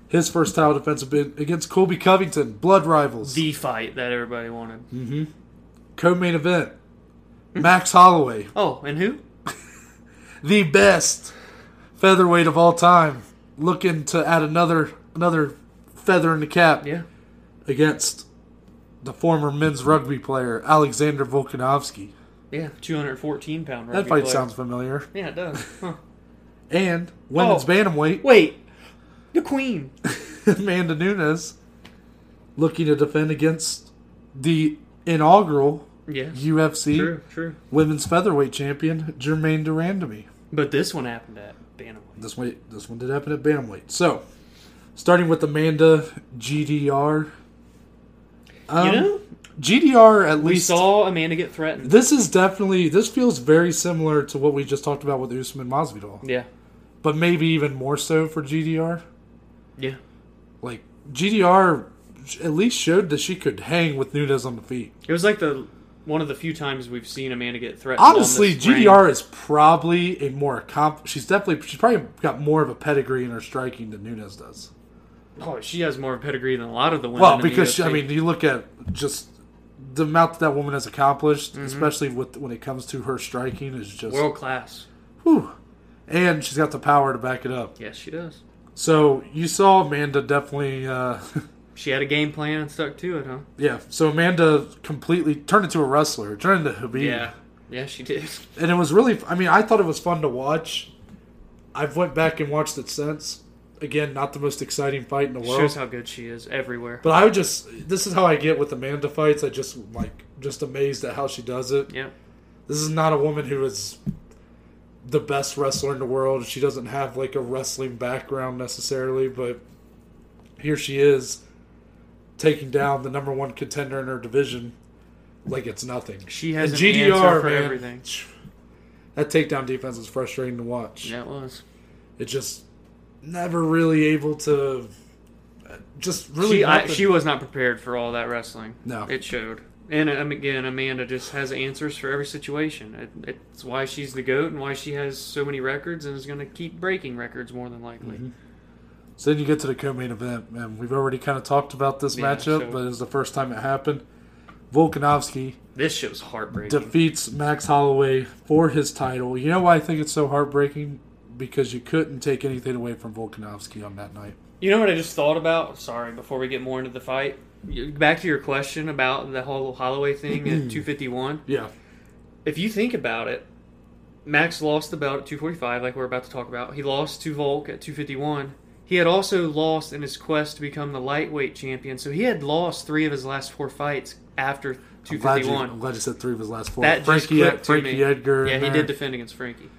Speaker 1: His first title defense had been against Colby Covington, blood rivals.
Speaker 2: The fight that everybody wanted.
Speaker 1: co-main event. Max Holloway,
Speaker 2: Oh, and who?
Speaker 1: the best featherweight of all time, looking to add another another feather in the cap
Speaker 2: Yeah.
Speaker 1: against the former men's rugby player Alexander Volkanovski.
Speaker 2: Yeah. 214 pound
Speaker 1: That
Speaker 2: rugby
Speaker 1: fight
Speaker 2: player.
Speaker 1: sounds familiar.
Speaker 2: Yeah, it does. Huh.
Speaker 1: and women's
Speaker 2: Oh.
Speaker 1: bantamweight
Speaker 2: Wait. The queen.
Speaker 1: Amanda Nunes looking to defend against the inaugural
Speaker 2: Yeah.
Speaker 1: UFC
Speaker 2: True, true.
Speaker 1: women's featherweight champion Jermaine Durandamy.
Speaker 2: But this one happened at Bantamweight.
Speaker 1: This way, this one did happen at bantamweight. So, starting with Amanda GDR. Um,
Speaker 2: you know,
Speaker 1: GDR at
Speaker 2: we
Speaker 1: least.
Speaker 2: saw Amanda get threatened.
Speaker 1: this is definitely this feels very similar to what we just talked about with Usman Masvidal,
Speaker 2: Yeah.
Speaker 1: but maybe even more so for GDR.
Speaker 2: Yeah.
Speaker 1: like GDR at least showed that she could hang with Nunes on the feet.
Speaker 2: It was like the one of the few times we've seen Amanda get threatened.
Speaker 1: Honestly,
Speaker 2: on this ring.
Speaker 1: GDR is probably a more comp. She's definitely she's probably got more of a pedigree in her striking than Nunes does.
Speaker 2: Oh, she has more pedigree than a lot of the women.
Speaker 1: Well,
Speaker 2: in the
Speaker 1: because she, I
Speaker 2: UFC.
Speaker 1: mean, you look at just the amount that, that woman has accomplished, especially with when it comes to her striking, is just
Speaker 2: world class.
Speaker 1: whew. And she's got the power to back it up.
Speaker 2: Yes, she does.
Speaker 1: So you saw Amanda definitely. Uh,
Speaker 2: She had a game plan and stuck to it, huh?
Speaker 1: yeah. So Amanda completely turned into a wrestler, turned into Habib.
Speaker 2: Yeah, yeah, she did.
Speaker 1: and it was really i mean i thought it was fun to watch i've went back and watched it since again not the most exciting fight in the world
Speaker 2: Shows how good she is everywhere.
Speaker 1: but i would just this is how i get with amanda fights i just like just amazed at how she does it
Speaker 2: Yep.
Speaker 1: this is not a woman who is the best wrestler in the world she doesn't have like a wrestling background necessarily but here she is taking down the number one contender in her division like it's nothing
Speaker 2: She
Speaker 1: and
Speaker 2: has an
Speaker 1: GDR
Speaker 2: answer for
Speaker 1: man,
Speaker 2: everything.
Speaker 1: That takedown defense is frustrating to watch.
Speaker 2: Yeah, it was.
Speaker 1: It just never really able to, uh, just really.
Speaker 2: she, I,
Speaker 1: nothing.
Speaker 2: she was not prepared for all that wrestling.
Speaker 1: No.
Speaker 2: it showed. And um, again, Amanda just has answers for every situation. It, it's why she's the goat and why she has so many records and is going to keep breaking records more than
Speaker 1: Mm-hmm.
Speaker 2: likely.
Speaker 1: So then you get to the co-main event, and we've already kind of talked about this
Speaker 2: Yeah,
Speaker 1: matchup,
Speaker 2: so-
Speaker 1: but it's the first time it happened. Volkanovski
Speaker 2: This show's heartbreaking.
Speaker 1: defeats Max Holloway for his title. You know why I think it's so heartbreaking? Because you couldn't take anything away from Volkanovski on that night.
Speaker 2: You know what I just thought about? Sorry, before we get more into the fight, You- back to your question about the whole Holloway thing at 251.
Speaker 1: Yeah.
Speaker 2: If you think about it, Max lost the belt at 245, like we're about to talk about. He lost to Volk at 251. He had also lost in his quest to become the lightweight champion, so he had lost three of his last four fights after
Speaker 1: I'm glad, you,
Speaker 2: 251.
Speaker 1: I'm glad you said three of his last four.
Speaker 2: that just
Speaker 1: Frankie, E,
Speaker 2: clicked to
Speaker 1: Frankie
Speaker 2: me.
Speaker 1: Edgar.
Speaker 2: Yeah,
Speaker 1: in
Speaker 2: he
Speaker 1: there.
Speaker 2: did defend against Frankie.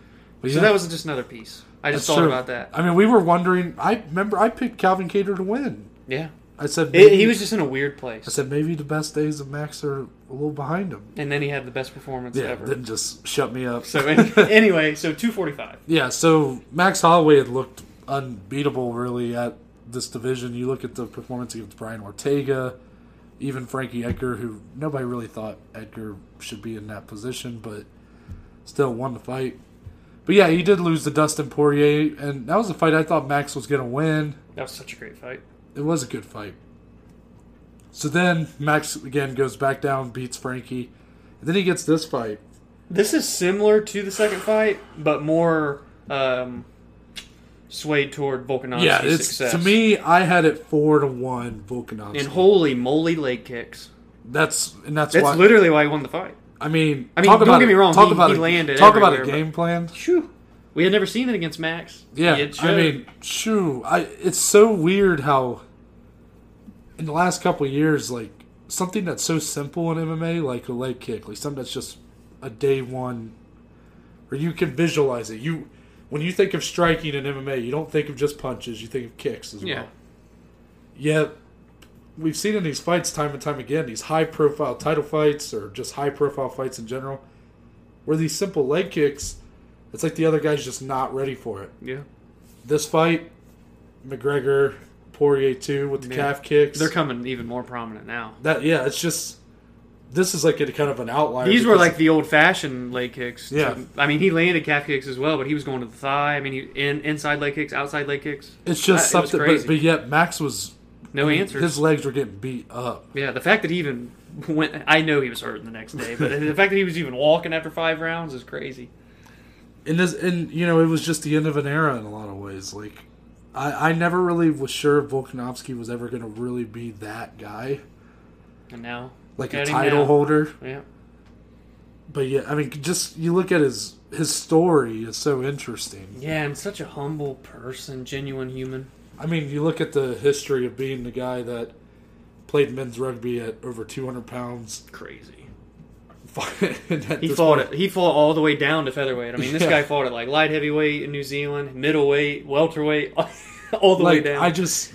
Speaker 1: But
Speaker 2: So
Speaker 1: yeah,
Speaker 2: that was just another piece. I just
Speaker 1: that's
Speaker 2: thought
Speaker 1: true.
Speaker 2: about that.
Speaker 1: I mean, we were wondering. I remember I picked Calvin Cater to win.
Speaker 2: Yeah,
Speaker 1: I said
Speaker 2: It-
Speaker 1: maybe-
Speaker 2: he was just in a weird
Speaker 1: I
Speaker 2: place,
Speaker 1: said maybe the best days of Max are a little behind him.
Speaker 2: and then he had the best performance
Speaker 1: Yeah,
Speaker 2: ever.
Speaker 1: then just shut me up.
Speaker 2: So any, anyway, so 245.
Speaker 1: Yeah, so Max Holloway had looked unbeatable really at this division. You look at the performance against Brian Ortega, even Frankie Edgar, who nobody really thought Edgar should be in that position, but still won the fight. But yeah, he did lose to Dustin Poirier, and that was a fight I thought Max was going to win.
Speaker 2: That was such a great fight.
Speaker 1: It was a good fight. So then Max again goes back down, beats Frankie, and then he gets this fight.
Speaker 2: This is similar to the second fight, but more um, swayed toward Volkanovski's
Speaker 1: yeah, it's
Speaker 2: success.
Speaker 1: to me. I had it four to one Volkanovski.
Speaker 2: and holy moly, leg kicks.
Speaker 1: That's and that's,
Speaker 2: That's
Speaker 1: why.
Speaker 2: literally why he won the fight.
Speaker 1: I mean,
Speaker 2: I mean,
Speaker 1: talk
Speaker 2: don't
Speaker 1: about
Speaker 2: get
Speaker 1: a-
Speaker 2: me wrong,
Speaker 1: Talk
Speaker 2: he-
Speaker 1: about
Speaker 2: he
Speaker 1: a,
Speaker 2: landed
Speaker 1: Talk about a
Speaker 2: everywhere,
Speaker 1: game plan.
Speaker 2: Phew. We had never seen it against Max.
Speaker 1: Yeah,
Speaker 2: It
Speaker 1: I
Speaker 2: showed.
Speaker 1: mean, shoo, I it's so weird how in the last couple of years, like something that's so simple in MMA, like a leg kick, like something that's just a day one, where you can visualize it. You when you think of striking in MMA, you don't think of just punches; you think of kicks as
Speaker 2: yeah.
Speaker 1: well. Yet we've seen in these fights time and time again, these high profile title fights or just high profile fights in general, where these simple leg kicks, it's like the other guy's just not ready for it.
Speaker 2: Yeah.
Speaker 1: This fight, McGregor, Poirier too with the
Speaker 2: Yeah.
Speaker 1: calf kicks.
Speaker 2: They're coming even more prominent now.
Speaker 1: that yeah, it's just this is like a kind of an outlier.
Speaker 2: These were
Speaker 1: because-
Speaker 2: like the old fashioned leg kicks.
Speaker 1: Yeah.
Speaker 2: I mean, he landed calf kicks as well, but he was going to the thigh. I mean, he, in, inside leg kicks, outside leg kicks.
Speaker 1: it's just
Speaker 2: I- it was
Speaker 1: something, but,
Speaker 2: crazy.
Speaker 1: but yet Max was
Speaker 2: No answers.
Speaker 1: His legs were getting beat up.
Speaker 2: Yeah, the fact that he even went, I know he was hurting the next day, but the fact that he was even walking after five rounds is crazy.
Speaker 1: and this and you know it was just the end of an era in a lot of ways like i i never really was sure if volkanovski was ever going to really be that guy
Speaker 2: And now,
Speaker 1: like
Speaker 2: look
Speaker 1: a
Speaker 2: at him
Speaker 1: title
Speaker 2: now.
Speaker 1: holder
Speaker 2: Yeah,
Speaker 1: but yeah i mean just you look at his his story is so interesting
Speaker 2: yeah, and such a humble person, genuine human.
Speaker 1: i mean you look at the history of being the guy that played men's rugby at over 200 pounds
Speaker 2: Crazy.
Speaker 1: and at
Speaker 2: He
Speaker 1: this
Speaker 2: fought
Speaker 1: point-
Speaker 2: it. He fought all the way down to featherweight. I mean, this
Speaker 1: Yeah.
Speaker 2: guy fought it like light heavyweight in New Zealand, middleweight, welterweight, all the way
Speaker 1: like
Speaker 2: down.
Speaker 1: i just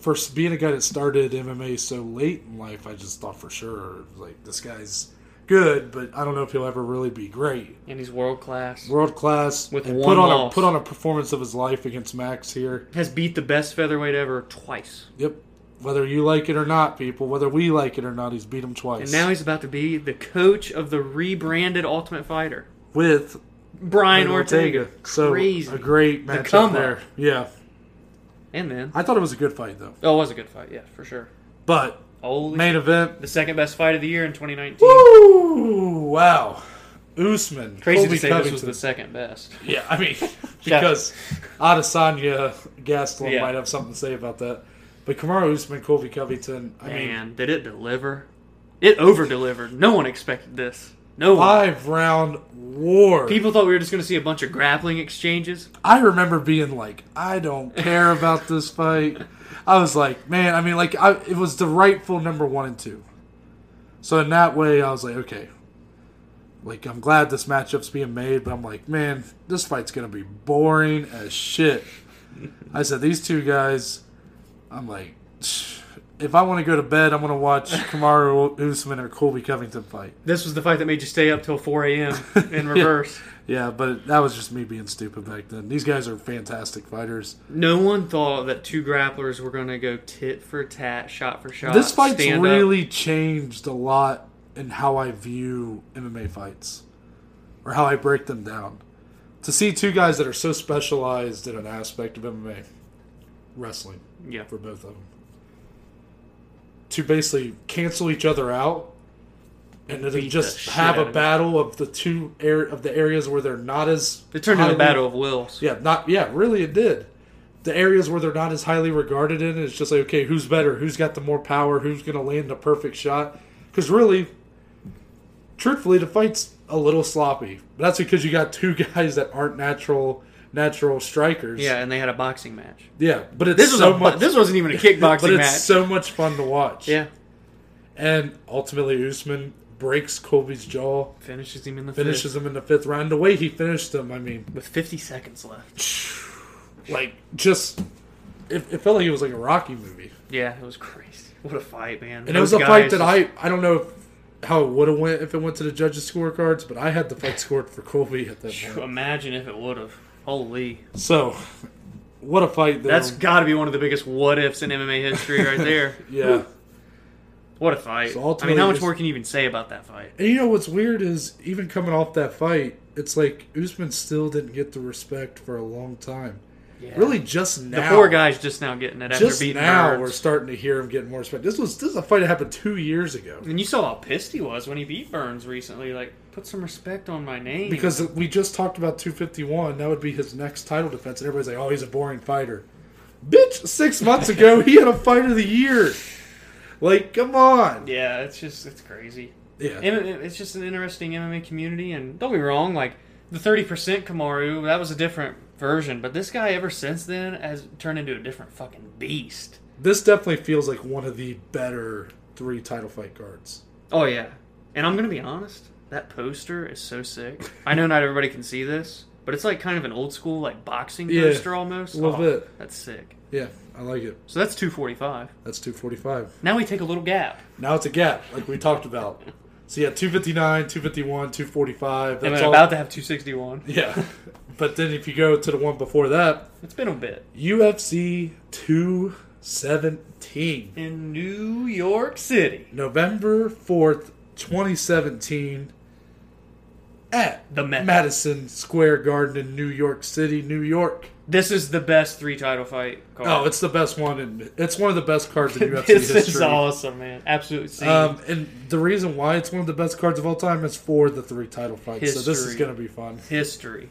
Speaker 1: for being a guy that started mma so late in life i just thought for sure like this guy's good but i don't know if he'll ever really be great
Speaker 2: and he's world class.
Speaker 1: world class
Speaker 2: With
Speaker 1: and
Speaker 2: one
Speaker 1: put on
Speaker 2: loss.
Speaker 1: a put on a performance of his life against max here
Speaker 2: Has beat the best featherweight ever twice,
Speaker 1: yep whether you like it or not people whether we like it or not he's beat him twice
Speaker 2: and now he's about to be the coach of the rebranded Ultimate Fighter,
Speaker 1: with
Speaker 2: Brian
Speaker 1: Brian
Speaker 2: Ortega.
Speaker 1: so
Speaker 2: Crazy.
Speaker 1: a great
Speaker 2: The
Speaker 1: matchup
Speaker 2: comeback.
Speaker 1: there yeah
Speaker 2: And then
Speaker 1: i thought it was a good fight though
Speaker 2: Oh, it was a good fight, yeah, for sure.
Speaker 1: but
Speaker 2: Holy
Speaker 1: main event
Speaker 2: the second best fight of the year in 2019.
Speaker 1: Woo! Wow. Usman.
Speaker 2: Crazy
Speaker 1: Colby
Speaker 2: to say this was
Speaker 1: Covington.
Speaker 2: the second best.
Speaker 1: Yeah, I mean, because Adesanya Gastelum
Speaker 2: Yeah.
Speaker 1: might have something to say about that. But Kamaru Usman, Colby Covington, I mean,
Speaker 2: Man, did it deliver? It over delivered. No one expected this. No one.
Speaker 1: five round war.
Speaker 2: People thought we were just going to see a bunch of grappling exchanges.
Speaker 1: I remember being like, I don't care about this fight. I was like, man, I mean, like, I, it was the rightful number one and two. So in that way, I was like, okay, like I'm glad this matchup's being made, but I'm like, man, this fight's gonna be boring as shit. I said these two guys, I'm like, if I want to go to bed, I'm gonna watch Kamaru Usman or Colby Covington fight.
Speaker 2: This was the fight that made you stay up till 4 a.m. in reverse.
Speaker 1: Yeah, but that was just me being stupid back then. These guys are fantastic fighters.
Speaker 2: No one thought that two grapplers were going to go tit for tat, shot for shot.
Speaker 1: this fight's
Speaker 2: uh, stand up.
Speaker 1: really changed a lot in how I view MMA fights or how I break them down. To see two guys that are so specialized in an aspect of MMA, wrestling
Speaker 2: Yeah.
Speaker 1: for both of them, to basically cancel each other out and then
Speaker 2: Beat the
Speaker 1: just
Speaker 2: shit
Speaker 1: have
Speaker 2: out of
Speaker 1: a
Speaker 2: it.
Speaker 1: battle of the two air of the areas where they're not as
Speaker 2: They turned into a
Speaker 1: highly-
Speaker 2: battle of wills.
Speaker 1: yeah, not yeah, really it did. The areas where they're not as highly regarded in, it's just like okay, who's better? Who's got the more power? Who's gonna land the perfect shot? Because really, truthfully, the fight's a little sloppy. But that's because you got two guys that aren't natural natural strikers.
Speaker 2: Yeah, and they had a boxing match.
Speaker 1: yeah. But it's
Speaker 2: This was
Speaker 1: so
Speaker 2: a, bu-
Speaker 1: much.
Speaker 2: this wasn't even a
Speaker 1: but
Speaker 2: kickboxing
Speaker 1: it's
Speaker 2: match.
Speaker 1: so much fun to watch.
Speaker 2: yeah,
Speaker 1: And ultimately, Usman breaks Colby's jaw,
Speaker 2: finishes him in the finish
Speaker 1: finishes him in the fifth round. The way he finished him, I mean,
Speaker 2: with 50 seconds left.
Speaker 1: like just it, it felt like it was like a Rocky movie.
Speaker 2: Yeah, it was crazy. What a fight, man!
Speaker 1: And it was a fight that I I don't know if, how it would have went if it went to the judges' scorecards, but I had the fight scored for Colby at that point.
Speaker 2: imagine if it would have. Holy,
Speaker 1: So, what a fight! There.
Speaker 2: that's got to be one of the biggest what ifs in MMA history, right there.
Speaker 1: yeah.
Speaker 2: What a fight!
Speaker 1: So
Speaker 2: I
Speaker 1: ultimately
Speaker 2: mean,
Speaker 1: it
Speaker 2: how much
Speaker 1: was-
Speaker 2: more can you even say about that fight?
Speaker 1: And you know what's weird is even coming off that fight, it's like Usman still didn't get the respect for a long time.
Speaker 2: Yeah.
Speaker 1: Really, just
Speaker 2: the
Speaker 1: now.
Speaker 2: poor guy's just now getting it after
Speaker 1: Just
Speaker 2: beating
Speaker 1: now,
Speaker 2: now
Speaker 1: we're starting to hear him getting more respect. This was this is a fight that happened two years ago.
Speaker 2: And you saw how pissed he was when he beat Burns recently. Like, put some respect on my name.
Speaker 1: Because we just talked about 251, that would be his next title defense, and everybody's like, "Oh, he's a boring fighter." Bitch, six months ago he had a fight of the year. Like, come on.
Speaker 2: yeah, it's just it's crazy.
Speaker 1: Yeah,
Speaker 2: M- It's just an interesting MMA community, and don't be wrong, like the thirty percent Kamaru, that was a different version, but this guy ever since then has turned into a different fucking beast.
Speaker 1: this definitely feels like one of the better three title fight cards.
Speaker 2: Oh yeah, and I'm gonna be honest, that poster is so sick. I know not everybody can see this, but it's like kind of an old school like boxing
Speaker 1: Yeah,
Speaker 2: poster almost.
Speaker 1: a little
Speaker 2: Oh,
Speaker 1: bit.
Speaker 2: That's sick.
Speaker 1: Yeah, I like it.
Speaker 2: So that's two forty five.
Speaker 1: That's 245.
Speaker 2: Now we take a little gap.
Speaker 1: Now it's a gap, like we talked about. So yeah, 259, 251, 245.
Speaker 2: And
Speaker 1: That's
Speaker 2: we're
Speaker 1: all.
Speaker 2: about to have two sixty one.
Speaker 1: yeah, but then if you go to the one before that,
Speaker 2: It's been a bit.
Speaker 1: UFC 217.
Speaker 2: In New York City.
Speaker 1: November 4th, 2017, at
Speaker 2: The Met.
Speaker 1: Madison Square Garden in New York City, New York.
Speaker 2: This is the best three title fight card.
Speaker 1: Oh, it's the best one, and it's one of the best cards in UFC
Speaker 2: this
Speaker 1: history.
Speaker 2: is awesome, man. Absolutely. Scene.
Speaker 1: Um, and the reason why it's one of the best cards of all time is for the three title fights. So this is
Speaker 2: History.
Speaker 1: going to be fun.
Speaker 2: History.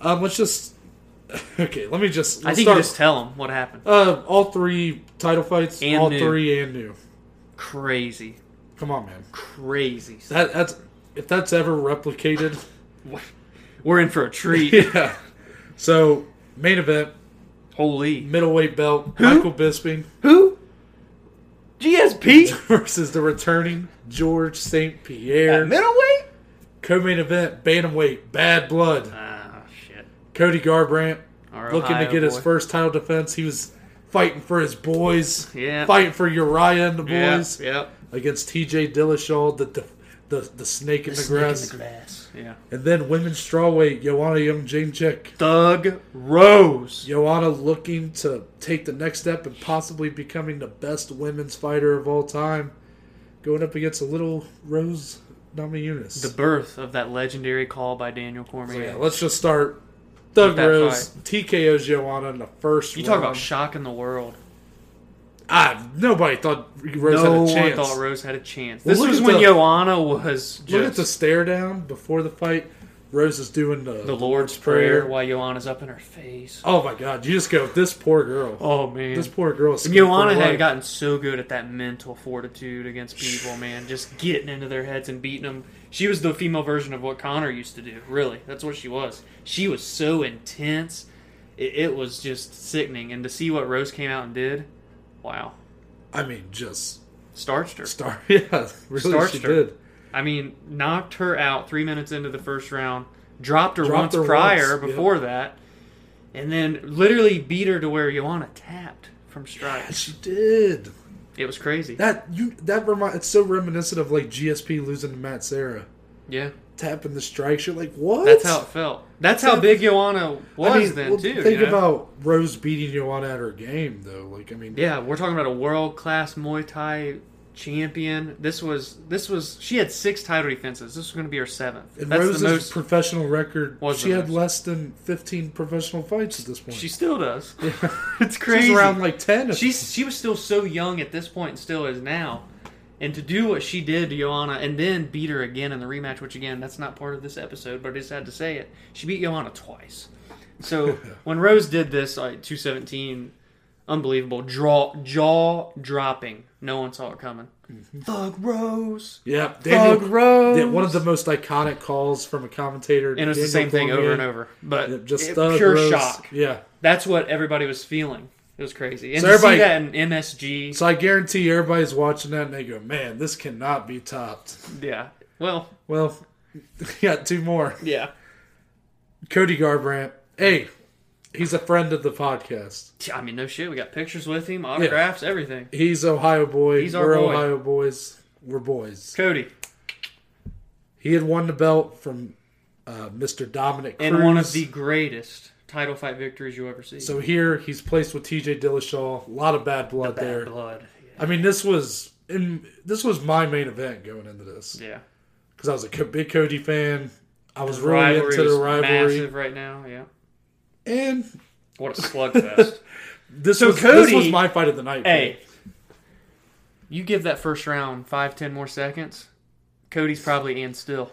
Speaker 1: Um, let's just okay. Let me just.
Speaker 2: I
Speaker 1: let's
Speaker 2: think
Speaker 1: start-
Speaker 2: you just tell them what happened.
Speaker 1: uh, all three title fights,
Speaker 2: And
Speaker 1: all
Speaker 2: new.
Speaker 1: three and new.
Speaker 2: Crazy.
Speaker 1: Come on, man.
Speaker 2: Crazy.
Speaker 1: That that's if that's ever replicated.
Speaker 2: We're in for a treat.
Speaker 1: yeah. So main event,
Speaker 2: Holy.
Speaker 1: middleweight belt,
Speaker 2: Who?
Speaker 1: Michael Bisping
Speaker 2: Who? GSP?
Speaker 1: versus the returning George St. Pierre.
Speaker 2: middleweight?
Speaker 1: Co-main event, bantamweight, Bad Blood,
Speaker 2: Ah, shit.
Speaker 1: Cody Garbrandt
Speaker 2: Our
Speaker 1: looking to
Speaker 2: Ohio
Speaker 1: get his
Speaker 2: boy.
Speaker 1: first title defense. He was fighting for his boys,
Speaker 2: Yeah.
Speaker 1: fighting for Uriah and the
Speaker 2: Yeah,
Speaker 1: boys
Speaker 2: Yep.
Speaker 1: against T.J. Dillashaw, the the, the, the snake in the, grass,
Speaker 2: grass. Yeah.
Speaker 1: and then women's strawweight, Joanna Young Janczyk.
Speaker 2: Thug Rose.
Speaker 1: Joanna looking to take the next step and possibly becoming the best women's fighter of all time, going up against a little Rose Namajunas.
Speaker 2: The birth of that legendary call by Daniel
Speaker 1: So, yeah,
Speaker 2: Cormier.
Speaker 1: let's just start. Thug
Speaker 2: With that
Speaker 1: Rose TKO's Joanna in the first.
Speaker 2: you talk
Speaker 1: round.
Speaker 2: about shocking the world.
Speaker 1: ah, nobody thought Rose
Speaker 2: no
Speaker 1: had a chance.
Speaker 2: one thought Rose had a chance.
Speaker 1: Well,
Speaker 2: This
Speaker 1: look
Speaker 2: was
Speaker 1: at
Speaker 2: when
Speaker 1: the-
Speaker 2: Joanna was just
Speaker 1: Look at the stare down before the fight. Rose is doing the,
Speaker 2: the Lord's Prayer
Speaker 1: Prayer.
Speaker 2: while Joanna's up in her face.
Speaker 1: Oh my God! You just go. This poor girl.
Speaker 2: Oh man.
Speaker 1: This poor girl. is
Speaker 2: And
Speaker 1: scared for
Speaker 2: Joanna
Speaker 1: her
Speaker 2: had
Speaker 1: life.
Speaker 2: gotten so good at that mental fortitude against people, man. Just getting into their heads and beating them. She was the female version of what Connor used to do, really. That's what she was. She was so intense. It, it was just sickening. And to see what Rose came out and did, wow.
Speaker 1: I mean, just
Speaker 2: Starched her.
Speaker 1: star. Yeah, really,
Speaker 2: Starched
Speaker 1: she
Speaker 2: her.
Speaker 1: did.
Speaker 2: I mean, knocked her out three minutes into the first round, dropped her
Speaker 1: Dropped
Speaker 2: once
Speaker 1: her once,
Speaker 2: prior
Speaker 1: yep.
Speaker 2: before that, and then literally beat her to where Joanna tapped from
Speaker 1: Yeah,
Speaker 2: strikes.
Speaker 1: She did.
Speaker 2: It was crazy.
Speaker 1: That you that remind it's so reminiscent of like GSP losing to Matt Sarah.
Speaker 2: Yeah.
Speaker 1: Tapping the strikes, you're like, what?
Speaker 2: That's how it felt. That's how
Speaker 1: That-
Speaker 2: big Joanna was
Speaker 1: I mean,
Speaker 2: then
Speaker 1: well,
Speaker 2: too.
Speaker 1: Think
Speaker 2: you know?
Speaker 1: about Rose beating Joanna at her game though. Like I mean
Speaker 2: yeah, we're talking about a world class Muay Thai champion. This was this was she had six title defenses. This was going to be her seventh.
Speaker 1: And
Speaker 2: That's
Speaker 1: Rose's
Speaker 2: the most.
Speaker 1: professional record,
Speaker 2: Was
Speaker 1: she
Speaker 2: the
Speaker 1: had
Speaker 2: most.
Speaker 1: less than 15 professional fights at this point.
Speaker 2: she still does. it's crazy.
Speaker 1: She's around like 10. if-
Speaker 2: She's she was still so young at this point and still is now. And to do what she did to Joanna and then beat her again in the rematch, which again, that's not part of this episode, but I just had to say it. She beat Joanna twice. So when Rose did this, like 217, unbelievable, draw, jaw dropping. No one saw it coming. Thug Rose.
Speaker 1: yeah,
Speaker 2: Thug
Speaker 1: Mm-hmm. Daniel,
Speaker 2: Rose.
Speaker 1: yeah, one of the most iconic calls from a commentator.
Speaker 2: and it was the same
Speaker 1: Daniel
Speaker 2: thing over
Speaker 1: Cormier.
Speaker 2: and over. But
Speaker 1: Yeah, just
Speaker 2: it-
Speaker 1: Thug
Speaker 2: pure
Speaker 1: Rose.
Speaker 2: shock.
Speaker 1: Yeah.
Speaker 2: That's what everybody was feeling. It was crazy. And
Speaker 1: So
Speaker 2: to
Speaker 1: everybody-
Speaker 2: see that in MSG.
Speaker 1: So I guarantee everybody's watching that and they go, man, this cannot be topped.
Speaker 2: Yeah. Well,
Speaker 1: Well, got two more.
Speaker 2: yeah.
Speaker 1: Cody Garbrandt. Hey, he's a friend of the podcast.
Speaker 2: T- I mean, no shit. We got pictures with him, autographs, everything.
Speaker 1: He's Ohio boy.
Speaker 2: He's our
Speaker 1: We're
Speaker 2: boy.
Speaker 1: Ohio boys. We're boys.
Speaker 2: Cody
Speaker 1: He had won the belt from uh, Mr. Dominic Cruz.
Speaker 2: and one of the greatest title fight victories you'll ever see.
Speaker 1: So here he's placed with T.J. Dillashaw. A lot of bad blood
Speaker 2: Bad
Speaker 1: there.
Speaker 2: blood.
Speaker 1: I mean, this was in, this was my main event going into this
Speaker 2: Yeah.
Speaker 1: because I was a co- big Cody fan. I was
Speaker 2: The
Speaker 1: really
Speaker 2: rivalry
Speaker 1: into
Speaker 2: is
Speaker 1: the rivalry,
Speaker 2: massive right now. Yeah.
Speaker 1: and
Speaker 2: What a slugfest.
Speaker 1: this
Speaker 2: So
Speaker 1: was this
Speaker 2: Cody-
Speaker 1: was my fight of the night.
Speaker 2: hey, you give that first round five, ten more seconds. Cody's probably in still.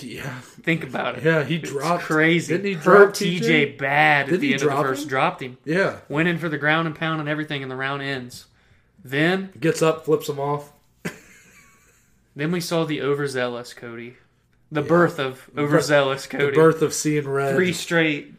Speaker 1: yeah,
Speaker 2: Think about it.
Speaker 1: yeah, he
Speaker 2: It's
Speaker 1: dropped.
Speaker 2: crazy.
Speaker 1: Didn't he drop
Speaker 2: Hurt
Speaker 1: TJ?
Speaker 2: TJ bad
Speaker 1: Didn't
Speaker 2: at the
Speaker 1: he
Speaker 2: end of the
Speaker 1: drop
Speaker 2: first.
Speaker 1: him?
Speaker 2: Dropped him.
Speaker 1: Yeah,
Speaker 2: Went in for the ground and pound and everything, and the round ends. Then,
Speaker 1: gets up, flips him off.
Speaker 2: then we saw the overzealous Cody, the birth of overzealous
Speaker 1: The
Speaker 2: Cody.
Speaker 1: birth of seeing red.
Speaker 2: Three straight,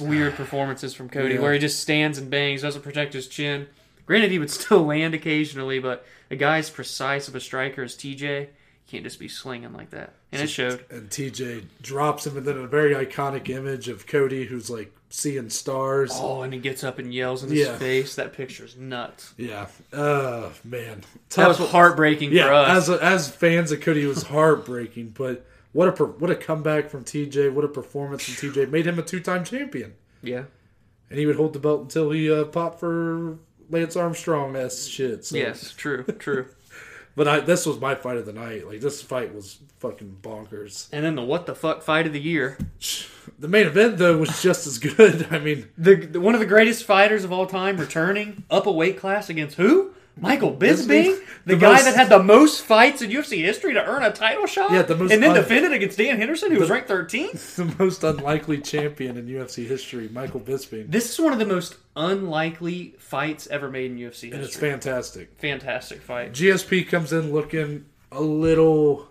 Speaker 2: weird performances from Cody,
Speaker 1: Yeah.
Speaker 2: where he just stands and bangs, doesn't protect his chin. Granted, he would still land occasionally, but a guy as precise of a striker as TJ, you can't just be slinging like that. And it showed.
Speaker 1: And TJ drops him, and then a very iconic image of Cody who's like seeing stars.
Speaker 2: Oh, and he gets up and yells in his
Speaker 1: Yeah.
Speaker 2: face. That picture's nuts.
Speaker 1: Yeah. Oh man,
Speaker 2: That was heartbreaking for
Speaker 1: Yeah,
Speaker 2: us.
Speaker 1: as as fans of Cody, it was heartbreaking. But what a per- what a comeback from TJ! What a performance from TJ! Made him a two time champion,
Speaker 2: yeah.
Speaker 1: and he would hold the belt until he uh, popped for Lance Armstrong ass shit. So.
Speaker 2: Yes, true, true.
Speaker 1: But I, this was my fight of the night. Like this fight was fucking bonkers.
Speaker 2: and then the what the fuck fight of the year.
Speaker 1: The main event though was just as good. I mean,
Speaker 2: The, the- one of the greatest fighters of all time returning up a weight class against who? Michael Bisping,
Speaker 1: Bisping?
Speaker 2: the,
Speaker 1: The
Speaker 2: guy
Speaker 1: most-
Speaker 2: that had the most fights in UFC history to earn a title shot.
Speaker 1: Yeah, the most
Speaker 2: and then
Speaker 1: un-
Speaker 2: defended against Dan Henderson, who was ranked 13th.
Speaker 1: the most unlikely champion in UFC history, Michael Bisping.
Speaker 2: This is one of the most unlikely fights ever made in UFC
Speaker 1: And it's
Speaker 2: history.
Speaker 1: fantastic.
Speaker 2: Fantastic fight.
Speaker 1: GSP comes in looking a little,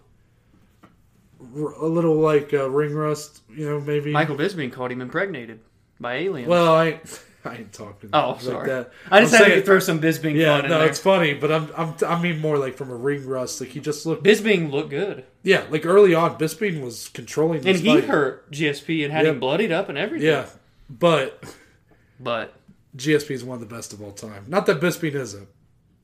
Speaker 1: a little like uh, ring rust, you know, maybe.
Speaker 2: Michael Bisping called him impregnated by aliens.
Speaker 1: Well, I, I ain't talking.
Speaker 2: oh,
Speaker 1: like
Speaker 2: sorry.
Speaker 1: that.
Speaker 2: I just
Speaker 1: I'm
Speaker 2: had
Speaker 1: saying-
Speaker 2: to throw some Bisping
Speaker 1: Yeah,
Speaker 2: fun in
Speaker 1: no,
Speaker 2: there.
Speaker 1: it's funny, but I'm, I'm, I mean more like from a ring rust. Like he just looked.
Speaker 2: Bisping looked good.
Speaker 1: Yeah, like early on, Bisping was controlling. This
Speaker 2: And he
Speaker 1: fight.
Speaker 2: hurt GSP and had
Speaker 1: Yeah.
Speaker 2: him bloodied up and everything.
Speaker 1: Yeah, but
Speaker 2: But
Speaker 1: GSP is one of the best of all time. Not that Bisping isn't,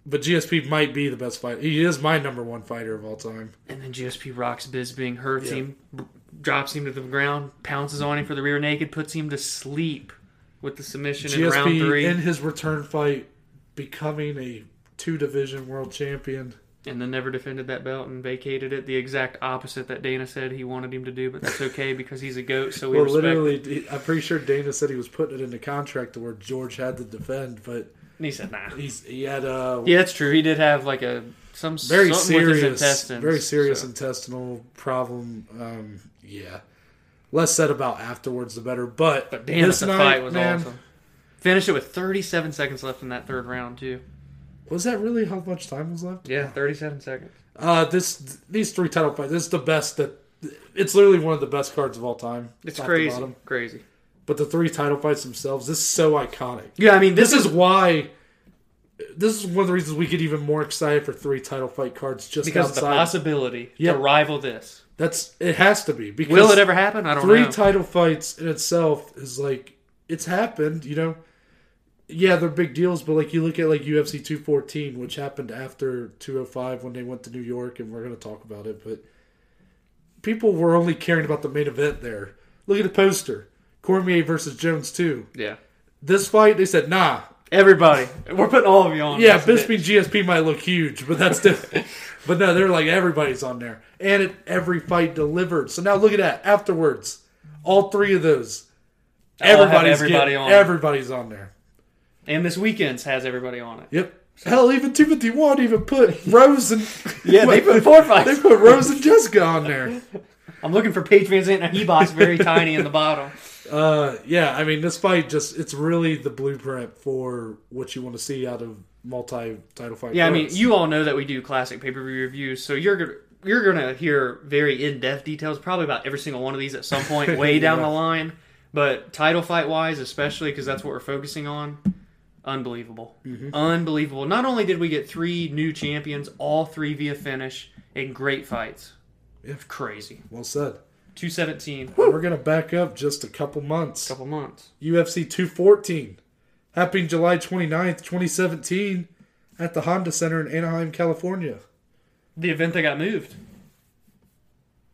Speaker 1: but GSP might be the best fighter. He is my number one fighter of all time.
Speaker 2: and then GSP rocks Bisping, hurts him, b- drops him to the ground, pounces on him for the rear naked, puts him to sleep with the submission in round
Speaker 1: GSP
Speaker 2: three,
Speaker 1: in his return fight, becoming a two division world champion.
Speaker 2: and then never defended that belt and vacated it. The exact opposite that Dana said he wanted him to do, but that's okay because he's a goat, so we
Speaker 1: Well,
Speaker 2: respect. Literally,
Speaker 1: literally, he- I'm pretty sure Dana said he was putting it in the contract to where George had to defend, but
Speaker 2: and he said, "Nah."
Speaker 1: he's he had a
Speaker 2: Yeah, that's true. He did have like a some
Speaker 1: very
Speaker 2: something with his
Speaker 1: serious,
Speaker 2: intestines,
Speaker 1: very serious
Speaker 2: so.
Speaker 1: intestinal problem. Um, yeah, less said about afterwards the better. But,
Speaker 2: But damn,
Speaker 1: this
Speaker 2: the
Speaker 1: night,
Speaker 2: fight was
Speaker 1: man,
Speaker 2: awesome. Finished it with 37 seconds left in that third round too.
Speaker 1: Was that really how much time was left?
Speaker 2: Yeah, 37 seconds.
Speaker 1: Uh, this these three title fights. This is the best that. It's literally one of the best cards of all time.
Speaker 2: It's
Speaker 1: top to
Speaker 2: crazy,
Speaker 1: bottom.
Speaker 2: crazy.
Speaker 1: But the three title fights themselves, this is so iconic.
Speaker 2: Yeah, I mean, this,
Speaker 1: This is why. This is one of the reasons we get even more excited for three title fight cards just
Speaker 2: because of the
Speaker 1: outside.
Speaker 2: possibility
Speaker 1: Yep.
Speaker 2: to rival this.
Speaker 1: That's it has to be because
Speaker 2: Will it ever happen? I don't
Speaker 1: three
Speaker 2: know.
Speaker 1: title fights in itself is like it's happened. You know, yeah, they're big deals, but like you look at like UFC 214, which happened after 205 when they went to New York, and we're gonna talk about it. But people were only caring about the main event there. Look at the poster: Cormier versus Jones two.
Speaker 2: yeah.
Speaker 1: This fight, they said, nah,
Speaker 2: Everybody, we're putting all of you on.
Speaker 1: Yeah,
Speaker 2: this
Speaker 1: Bisping GSP might look huge, but that's different. but no, they're like everybody's on there, and it, every fight delivered. So now look at that. Afterwards, all three of those,
Speaker 2: have
Speaker 1: everybody's
Speaker 2: everybody
Speaker 1: getting-
Speaker 2: on.
Speaker 1: Everybody's on there.
Speaker 2: And this weekend's has everybody on it.
Speaker 1: Yep. Hell, even 251 even put Rose and
Speaker 2: Yeah, they put four
Speaker 1: they
Speaker 2: fights.
Speaker 1: put Rose and Jessica on there.
Speaker 2: I'm looking for Paige Van Zandt and Hebos very tiny in the bottom.
Speaker 1: Uh, yeah, I mean this fight just it's really the blueprint for what you want to see out of multi title fight.
Speaker 2: Yeah, I mean,
Speaker 1: cards.
Speaker 2: you all know that we do classic pay per view reviews, so you're gonna you're gonna hear very in depth details probably about every single one of these at some point, way down the line. But title fight wise, especially because that's what we're focusing on, unbelievable,
Speaker 1: Mm-hmm.
Speaker 2: unbelievable. Not only did we get three new champions, all three via finish in great fights.
Speaker 1: Yeah.
Speaker 2: Crazy.
Speaker 1: well said.
Speaker 2: Two seventeen.
Speaker 1: We're gonna back up just a couple months.
Speaker 2: Couple months.
Speaker 1: UFC 214, happening July 29th, 2017, at the Honda Center in Anaheim, California.
Speaker 2: The event that got moved.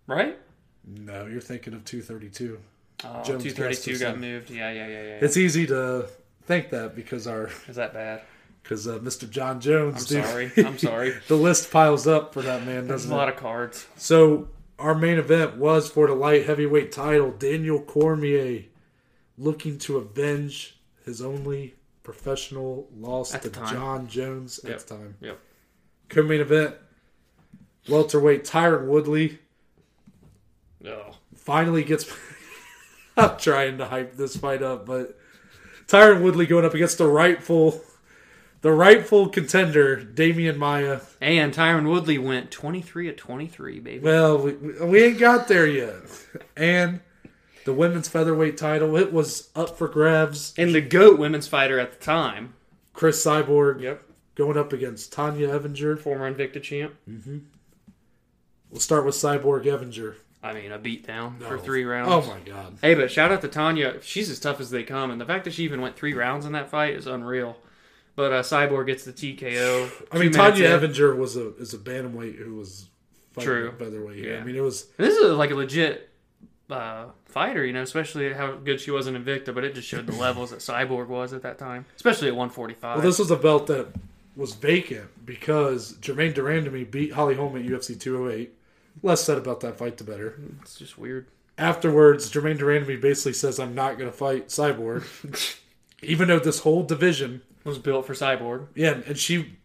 Speaker 2: Right.
Speaker 1: No, you're thinking of 232.
Speaker 2: Oh,
Speaker 1: Jones
Speaker 2: 232 got
Speaker 1: Gustafson.
Speaker 2: moved. Yeah, yeah, yeah, yeah.
Speaker 1: It's easy to think that because our
Speaker 2: Is that bad?
Speaker 1: because uh, Mr. John Jones.
Speaker 2: I'm
Speaker 1: dude,
Speaker 2: sorry. I'm sorry.
Speaker 1: the list piles up for that man,
Speaker 2: There's
Speaker 1: doesn't
Speaker 2: a
Speaker 1: it?
Speaker 2: lot of cards.
Speaker 1: So our main event was for the light heavyweight title. Daniel Cormier looking to avenge his only professional loss
Speaker 2: At
Speaker 1: to
Speaker 2: the time.
Speaker 1: John Jones
Speaker 2: Yep.
Speaker 1: at the time.
Speaker 2: Yep.
Speaker 1: Co-main event, welterweight Tyron Woodley
Speaker 2: Oh.
Speaker 1: finally gets. I'm trying to hype this fight up, but Tyron Woodley going up against the rightful, the rightful contender Damian Maya.
Speaker 2: And Tyron Woodley went 23 of 23, baby.
Speaker 1: Well, we, we we ain't got there yet. And the women's featherweight title, it was up for grabs.
Speaker 2: And the GOAT women's fighter at the time.
Speaker 1: Chris Cyborg
Speaker 2: Yep.
Speaker 1: going up against Tanya Evinger.
Speaker 2: Former Invicta champ.
Speaker 1: We'll start with Cyborg Evinger.
Speaker 2: I mean, a beatdown
Speaker 1: No.
Speaker 2: for three rounds.
Speaker 1: Oh my god.
Speaker 2: Hey, but shout out to Tanya. She's as tough as they come. And the fact that she even went three rounds in that fight is unreal. But uh, Cyborg gets the TKO.
Speaker 1: I mean,
Speaker 2: Two minutes
Speaker 1: Tanya
Speaker 2: in.
Speaker 1: Evinger was a is a bantamweight who was fighting
Speaker 2: True.
Speaker 1: featherweight. I
Speaker 2: Yeah.
Speaker 1: mean, it was
Speaker 2: And this is like a legit uh, fighter, you know, especially how good she was in Invicta. But it just showed the levels that Cyborg was at that time, especially at 145.
Speaker 1: well, this was a belt that was vacant because Jermaine Durandamy beat Holly Holm at UFC 208. Less said about that fight, the better.
Speaker 2: it's just weird.
Speaker 1: afterwards, Jermaine Durandamy basically says, "I'm not going to fight Cyborg," even though this whole division,
Speaker 2: It was built for Cyborg.
Speaker 1: yeah, and she,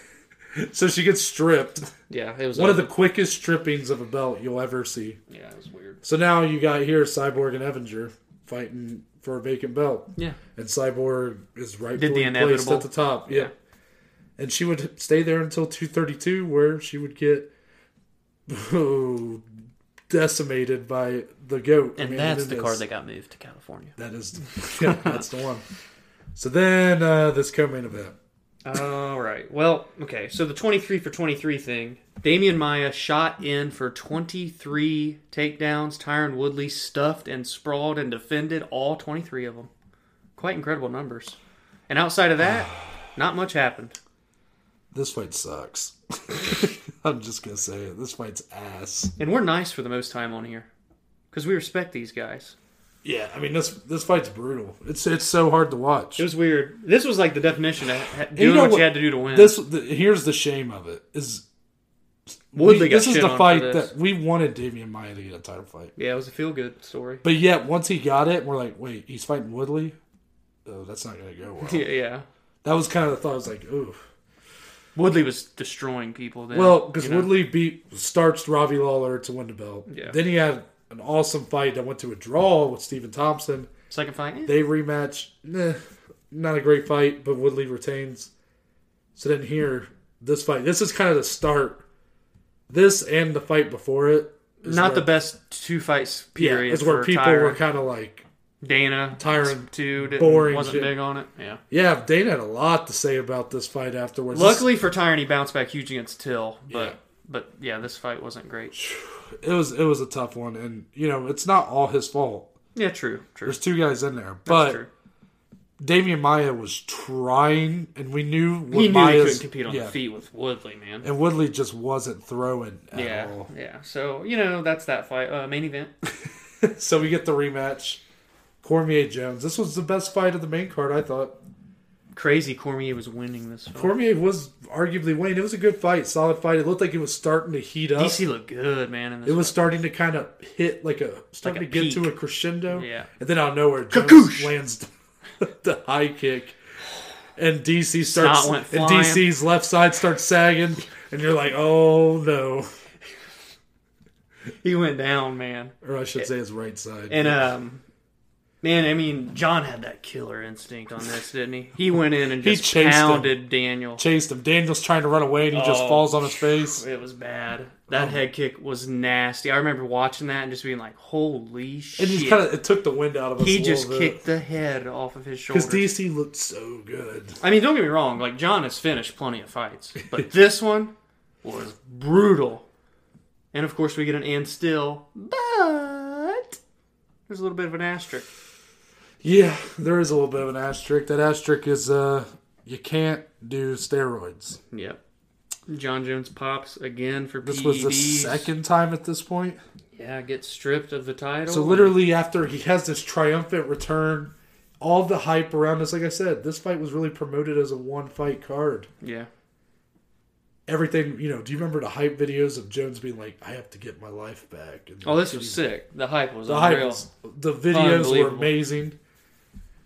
Speaker 1: so she gets stripped.
Speaker 2: Yeah, it was
Speaker 1: One of the quickest strippings of a belt you'll ever see.
Speaker 2: Yeah, it was weird.
Speaker 1: So now you got here Cyborg and Evinger fighting for a vacant belt,
Speaker 2: Yeah,
Speaker 1: and Cyborg is right
Speaker 2: Did the
Speaker 1: placed
Speaker 2: inevitable.
Speaker 1: at the top.
Speaker 2: Yeah.
Speaker 1: yeah, and she would stay there until two thirty two, where she would get. Oh, decimated by the goat
Speaker 2: and
Speaker 1: Amanda
Speaker 2: that's the
Speaker 1: Nunes.
Speaker 2: card that got moved to California.
Speaker 1: That is, yeah, that's the one. So then uh, this co-main event.
Speaker 2: All right. Well, okay. So the twenty-three for twenty-three thing. Damian Maya shot in for twenty-three takedowns. Tyron Woodley stuffed and sprawled and defended all twenty-three of them. Quite incredible numbers. And outside of that, not much happened.
Speaker 1: This fight sucks. I'm just gonna say it. This fight's ass.
Speaker 2: And we're nice for the most time on here because we respect these guys.
Speaker 1: Yeah, I mean this this fight's brutal. It's it's so hard to watch.
Speaker 2: It was weird. This was like the definition of ha- doing
Speaker 1: know
Speaker 2: what,
Speaker 1: what?
Speaker 2: you had to do to win.
Speaker 1: This the, here's the shame of it is
Speaker 2: Woodley
Speaker 1: we-
Speaker 2: got
Speaker 1: this is
Speaker 2: shit
Speaker 1: the
Speaker 2: on for
Speaker 1: fight
Speaker 2: this.
Speaker 1: that we wanted Damian Maya to get a title fight,
Speaker 2: yeah, it was a feel-good story.
Speaker 1: but yet once he got it, we're like, wait, he's fighting Woodley. Oh, that's not gonna go well.
Speaker 2: Yeah, yeah.
Speaker 1: that was kind of the thought. I was like, ooh.
Speaker 2: Woodley was destroying people then.
Speaker 1: Well, because
Speaker 2: you know?
Speaker 1: Woodley beat starched Robbie Lawler to win the belt.
Speaker 2: Yeah.
Speaker 1: Then he had an awesome fight that went to a draw with Stephen Thompson.
Speaker 2: second fight, eh,
Speaker 1: They rematch. Nah, not a great fight, but Woodley retains. So then here, this fight. This is kind of the start. This and the fight before it. is
Speaker 2: not
Speaker 1: where-
Speaker 2: the best two fights
Speaker 1: Yeah,
Speaker 2: period.
Speaker 1: is where
Speaker 2: for
Speaker 1: people
Speaker 2: Tyron.
Speaker 1: were kind of like,
Speaker 2: Dana
Speaker 1: Tyron,
Speaker 2: too didn't,
Speaker 1: boring
Speaker 2: wasn't
Speaker 1: shit.
Speaker 2: big on it. Yeah.
Speaker 1: yeah, Dana had a lot to say about this fight afterwards. This-
Speaker 2: Luckily for Tyron, he bounced back huge against Till, but
Speaker 1: Yeah.
Speaker 2: but yeah, this fight wasn't great.
Speaker 1: it was it was a tough one, and you know it's not all his fault.
Speaker 2: Yeah, true, true,
Speaker 1: There's two guys in there,
Speaker 2: that's
Speaker 1: but
Speaker 2: true.
Speaker 1: Damian Maya was trying, and we knew what
Speaker 2: He knew he
Speaker 1: Maya's,
Speaker 2: couldn't compete on
Speaker 1: yeah,
Speaker 2: the feet with Woodley, man.
Speaker 1: And Woodley just wasn't throwing at
Speaker 2: Yeah,
Speaker 1: all.
Speaker 2: yeah. So you know that's that fight uh, main event.
Speaker 1: So we get the rematch. Cormier Jones. This was the best fight of the main card, I thought.
Speaker 2: crazy Cormier was winning this fight.
Speaker 1: Cormier was arguably winning. It was a good fight, solid fight. It looked like it was starting to heat up.
Speaker 2: DC looked good, man. In this
Speaker 1: It was
Speaker 2: fight.
Speaker 1: starting to kind of hit like a starting
Speaker 2: Like a
Speaker 1: to get to a
Speaker 2: peak.
Speaker 1: crescendo.
Speaker 2: Yeah.
Speaker 1: And then out of nowhere, Jones
Speaker 2: Kakoosh!
Speaker 1: lands the high kick, and DC
Speaker 2: Snot
Speaker 1: starts
Speaker 2: went
Speaker 1: and
Speaker 2: flying.
Speaker 1: DC's left side starts sagging, and you're like, oh no,
Speaker 2: he went down, man.
Speaker 1: or I should say his right side.
Speaker 2: And um, man, I mean, John had that killer instinct on this, didn't he? He went in and
Speaker 1: He
Speaker 2: just
Speaker 1: chased him.
Speaker 2: pounded Daniel.
Speaker 1: chased him. Daniel's trying to run away, and he just
Speaker 2: Oh.
Speaker 1: falls on his face.
Speaker 2: It was bad.
Speaker 1: Oh.
Speaker 2: That head kick was nasty. I remember watching that and just being like, "Holy shit!"
Speaker 1: And he kind of it took the wind out of us.
Speaker 2: he
Speaker 1: a
Speaker 2: just
Speaker 1: little
Speaker 2: kicked the head off of his shoulder.
Speaker 1: because DC looked so good.
Speaker 2: I mean, don't get me wrong. Like John has finished plenty of fights, but this one was brutal. And of course, we get an and still, but there's a little bit of an asterisk.
Speaker 1: Yeah, there is a little bit of an asterisk. That asterisk is uh, you can't do steroids.
Speaker 2: Yep. John Jones pops again for
Speaker 1: This was the
Speaker 2: PEDs.
Speaker 1: second time at this point.
Speaker 2: Yeah, gets stripped of the title.
Speaker 1: So literally after he has this triumphant return, all the hype around us. Like I said, this fight was really promoted as a one fight card.
Speaker 2: Yeah.
Speaker 1: Everything you know. Do you remember the hype videos of Jones being like, "I have to get my life back"? And
Speaker 2: Oh, this was sick. The hype was
Speaker 1: the hype.
Speaker 2: unreal.
Speaker 1: Was, the videos were
Speaker 2: Unbelievable.
Speaker 1: amazing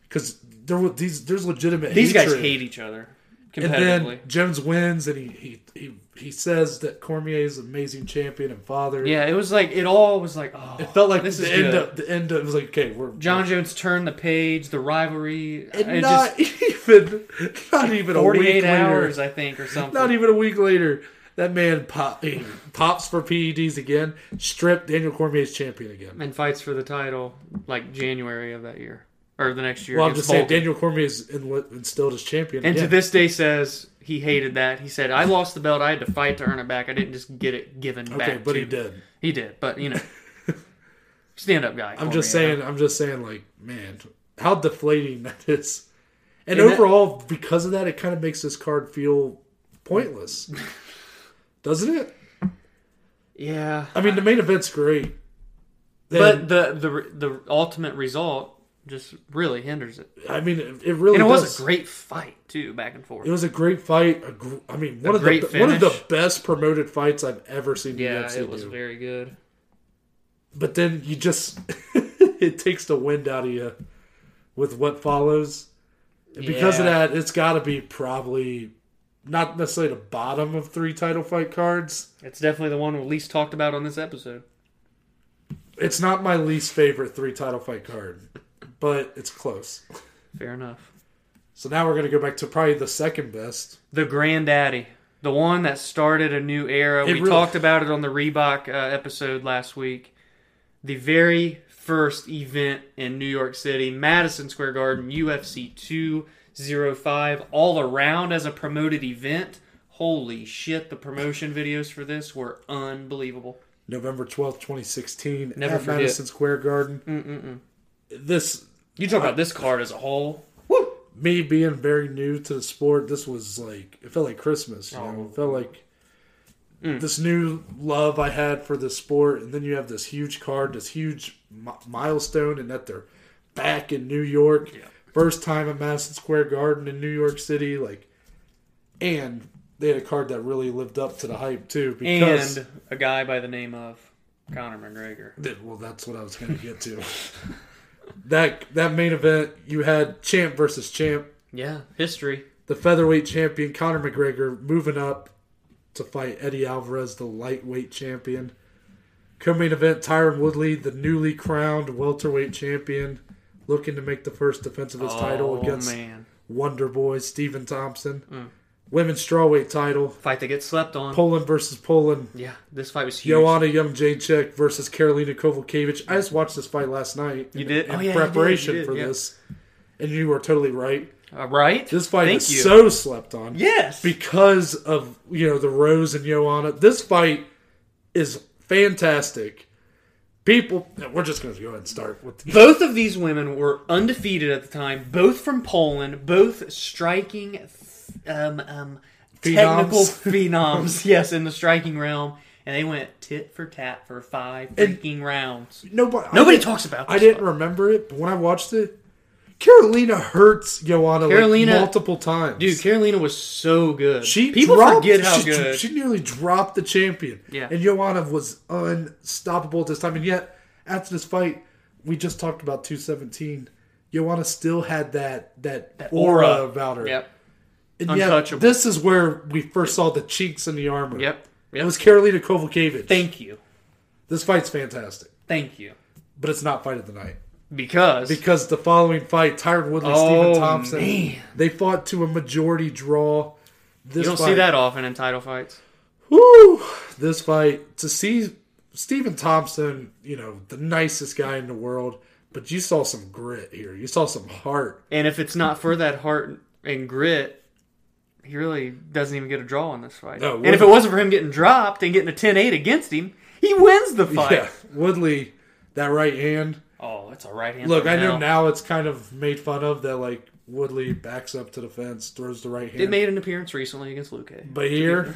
Speaker 1: because there were these. There's legitimate.
Speaker 2: These guys
Speaker 1: hatred.
Speaker 2: hate each other
Speaker 1: And
Speaker 2: competitively.
Speaker 1: then Jones wins, and he he he, he says that Cormier is an amazing champion and father.
Speaker 2: yeah, it was like it all was like oh,
Speaker 1: It felt like
Speaker 2: this
Speaker 1: the
Speaker 2: is
Speaker 1: end
Speaker 2: good.
Speaker 1: of the end of it was like okay, we're
Speaker 2: John Jones turned the page. The rivalry. uh, it
Speaker 1: and
Speaker 2: just
Speaker 1: not even not even a week
Speaker 2: forty-eight
Speaker 1: later.
Speaker 2: hours, I think, or something.
Speaker 1: Not even a week later, that man pop, he pops for PEDs again, stripped Daniel Cormier's champion again.
Speaker 2: and fights for the title like January of that year or the next year.
Speaker 1: Well, I'm
Speaker 2: against
Speaker 1: just saying,
Speaker 2: Volkan.
Speaker 1: Daniel Cormier is enli- instilled as champion.
Speaker 2: And to
Speaker 1: again.
Speaker 2: this day says he hated that. He said, "I lost the belt. I had to fight to earn it back. I didn't just get it given back."
Speaker 1: okay, but
Speaker 2: to
Speaker 1: he
Speaker 2: me."
Speaker 1: did.
Speaker 2: He did, but you know, stand up guy.
Speaker 1: I'm just
Speaker 2: Cormier.
Speaker 1: saying. I'm just saying. Like, man, how deflating that is. And,
Speaker 2: And that-
Speaker 1: overall, because of that, it kind of makes this card feel pointless, doesn't it?
Speaker 2: Yeah,
Speaker 1: I mean, the main event's great,
Speaker 2: but
Speaker 1: And,
Speaker 2: the the the ultimate result just really hinders it.
Speaker 1: I mean, it, it really.
Speaker 2: And it
Speaker 1: does.
Speaker 2: was a great fight too, back and forth.
Speaker 1: It was a great fight. A gr- I mean, one of
Speaker 2: great
Speaker 1: the one of the
Speaker 2: finish.
Speaker 1: best promoted fights I've ever seen. the
Speaker 2: yeah,
Speaker 1: UFC
Speaker 2: it was
Speaker 1: do.
Speaker 2: very good.
Speaker 1: But then you just it takes the wind out of you with what follows. And because of
Speaker 2: Yeah.
Speaker 1: that, it's got to be probably not necessarily the bottom of three title fight cards.
Speaker 2: It's definitely the one we least talked about on this episode.
Speaker 1: It's not my least favorite three title fight card, but it's close.
Speaker 2: Fair enough.
Speaker 1: So now we're gonna go back to probably the second best.
Speaker 2: The granddaddy, the one that started a new era.
Speaker 1: It
Speaker 2: we
Speaker 1: really-
Speaker 2: talked about it on the Reebok uh, episode last week. The very first event in New York City, Madison Square Garden, UFC 205, all around as a promoted event. Holy shit, the promotion videos for this were unbelievable.
Speaker 1: November twelfth, twenty sixteen,
Speaker 2: Never
Speaker 1: at
Speaker 2: forget.
Speaker 1: Madison Square Garden. This
Speaker 2: You talk about this card as a whole.
Speaker 1: me being very new to the sport, this was like it felt like Christmas. You know, it felt like this new love I had for the sport, and then you have this huge card, this huge mi- milestone, and that they're back in New York, first time at Madison Square Garden in New York City, like, and they had a card that really lived up to the hype too. Because
Speaker 2: And a guy by the name of Conor McGregor.
Speaker 1: that- well, that's what I was going to get to. that that main event, you had champ versus champ.
Speaker 2: Yeah, history.
Speaker 1: the featherweight champion Conor McGregor moving up to fight Eddie Alvarez, the lightweight champion. Co-main event: Tyron Woodley, the newly crowned welterweight champion, looking to make the first defense of his title
Speaker 2: Oh,
Speaker 1: against
Speaker 2: man. Mm.
Speaker 1: Wonder Boy Stephen Thompson. Women's strawweight title:
Speaker 2: Fight that gets slept on.
Speaker 1: Poland versus Poland.
Speaker 2: Yeah, this fight was huge.
Speaker 1: Joanna Jędrzejczyk versus Karolina Kovalkiewicz. I just watched this fight last night.
Speaker 2: You
Speaker 1: in-
Speaker 2: did?
Speaker 1: in
Speaker 2: Oh, yeah, you did, you
Speaker 1: preparation
Speaker 2: did,
Speaker 1: for
Speaker 2: yeah.
Speaker 1: this, and you were totally right.
Speaker 2: Uh, right?
Speaker 1: This fight
Speaker 2: Thank
Speaker 1: is
Speaker 2: you.
Speaker 1: so slept on.
Speaker 2: Yes.
Speaker 1: because of you know the Rose and Joanna. This fight is fantastic. People, we're just going to go ahead and start with the,
Speaker 2: both of these women were undefeated at the time, both from Poland, both striking th- um, um, technical phenoms, yes, in the striking realm. And they went tit for tat for five freaking rounds.
Speaker 1: nobody. I
Speaker 2: Nobody
Speaker 1: didn't-
Speaker 2: talks about this.
Speaker 1: I didn't
Speaker 2: fight.
Speaker 1: remember it, but when I watched it, Carolina hurts Joanna
Speaker 2: Carolina-
Speaker 1: like multiple times.
Speaker 2: Dude, Carolina was so good.
Speaker 1: she
Speaker 2: people
Speaker 1: dropped,
Speaker 2: forget how
Speaker 1: she,
Speaker 2: good.
Speaker 1: she nearly dropped the champion.
Speaker 2: Yeah.
Speaker 1: and Joanna was unstoppable at this time. And yet, after this fight, we just talked about two seventeen. Joanna still had that that, aura.
Speaker 2: aura.
Speaker 1: about her.
Speaker 2: yep.
Speaker 1: And yet,
Speaker 2: Untouchable.
Speaker 1: this is where we first saw the chinks in the armor.
Speaker 2: Yep.
Speaker 1: It
Speaker 2: Yep.
Speaker 1: was Carolina Kovalevich.
Speaker 2: Thank you.
Speaker 1: this fight's fantastic,
Speaker 2: Thank you.
Speaker 1: but it's not fight of the night.
Speaker 2: Because,
Speaker 1: Because the following fight, Tyron Woodley,
Speaker 2: Oh,
Speaker 1: Stephen Thompson,
Speaker 2: man.
Speaker 1: they fought to a majority draw. This
Speaker 2: you don't
Speaker 1: fight,
Speaker 2: see that often in title fights.
Speaker 1: Woo! This fight to see Stephen Thompson, you know, the nicest guy in the world, but you saw some grit here. You saw some heart.
Speaker 2: And if it's not for that heart and grit, he really doesn't even get a draw in this fight.
Speaker 1: No, it
Speaker 2: and if it
Speaker 1: wouldn't.
Speaker 2: wasn't for him getting dropped and getting a 10-8 against him, he wins the fight.
Speaker 1: Yeah, Woodley, that right hand.
Speaker 2: Oh, that's a right hand.
Speaker 1: Look,
Speaker 2: from
Speaker 1: I know
Speaker 2: hell.
Speaker 1: now it's kind of made fun of that, like Woodley backs up to the fence, throws the right hand.
Speaker 2: It made an appearance recently against Luke. Cage.
Speaker 1: but here,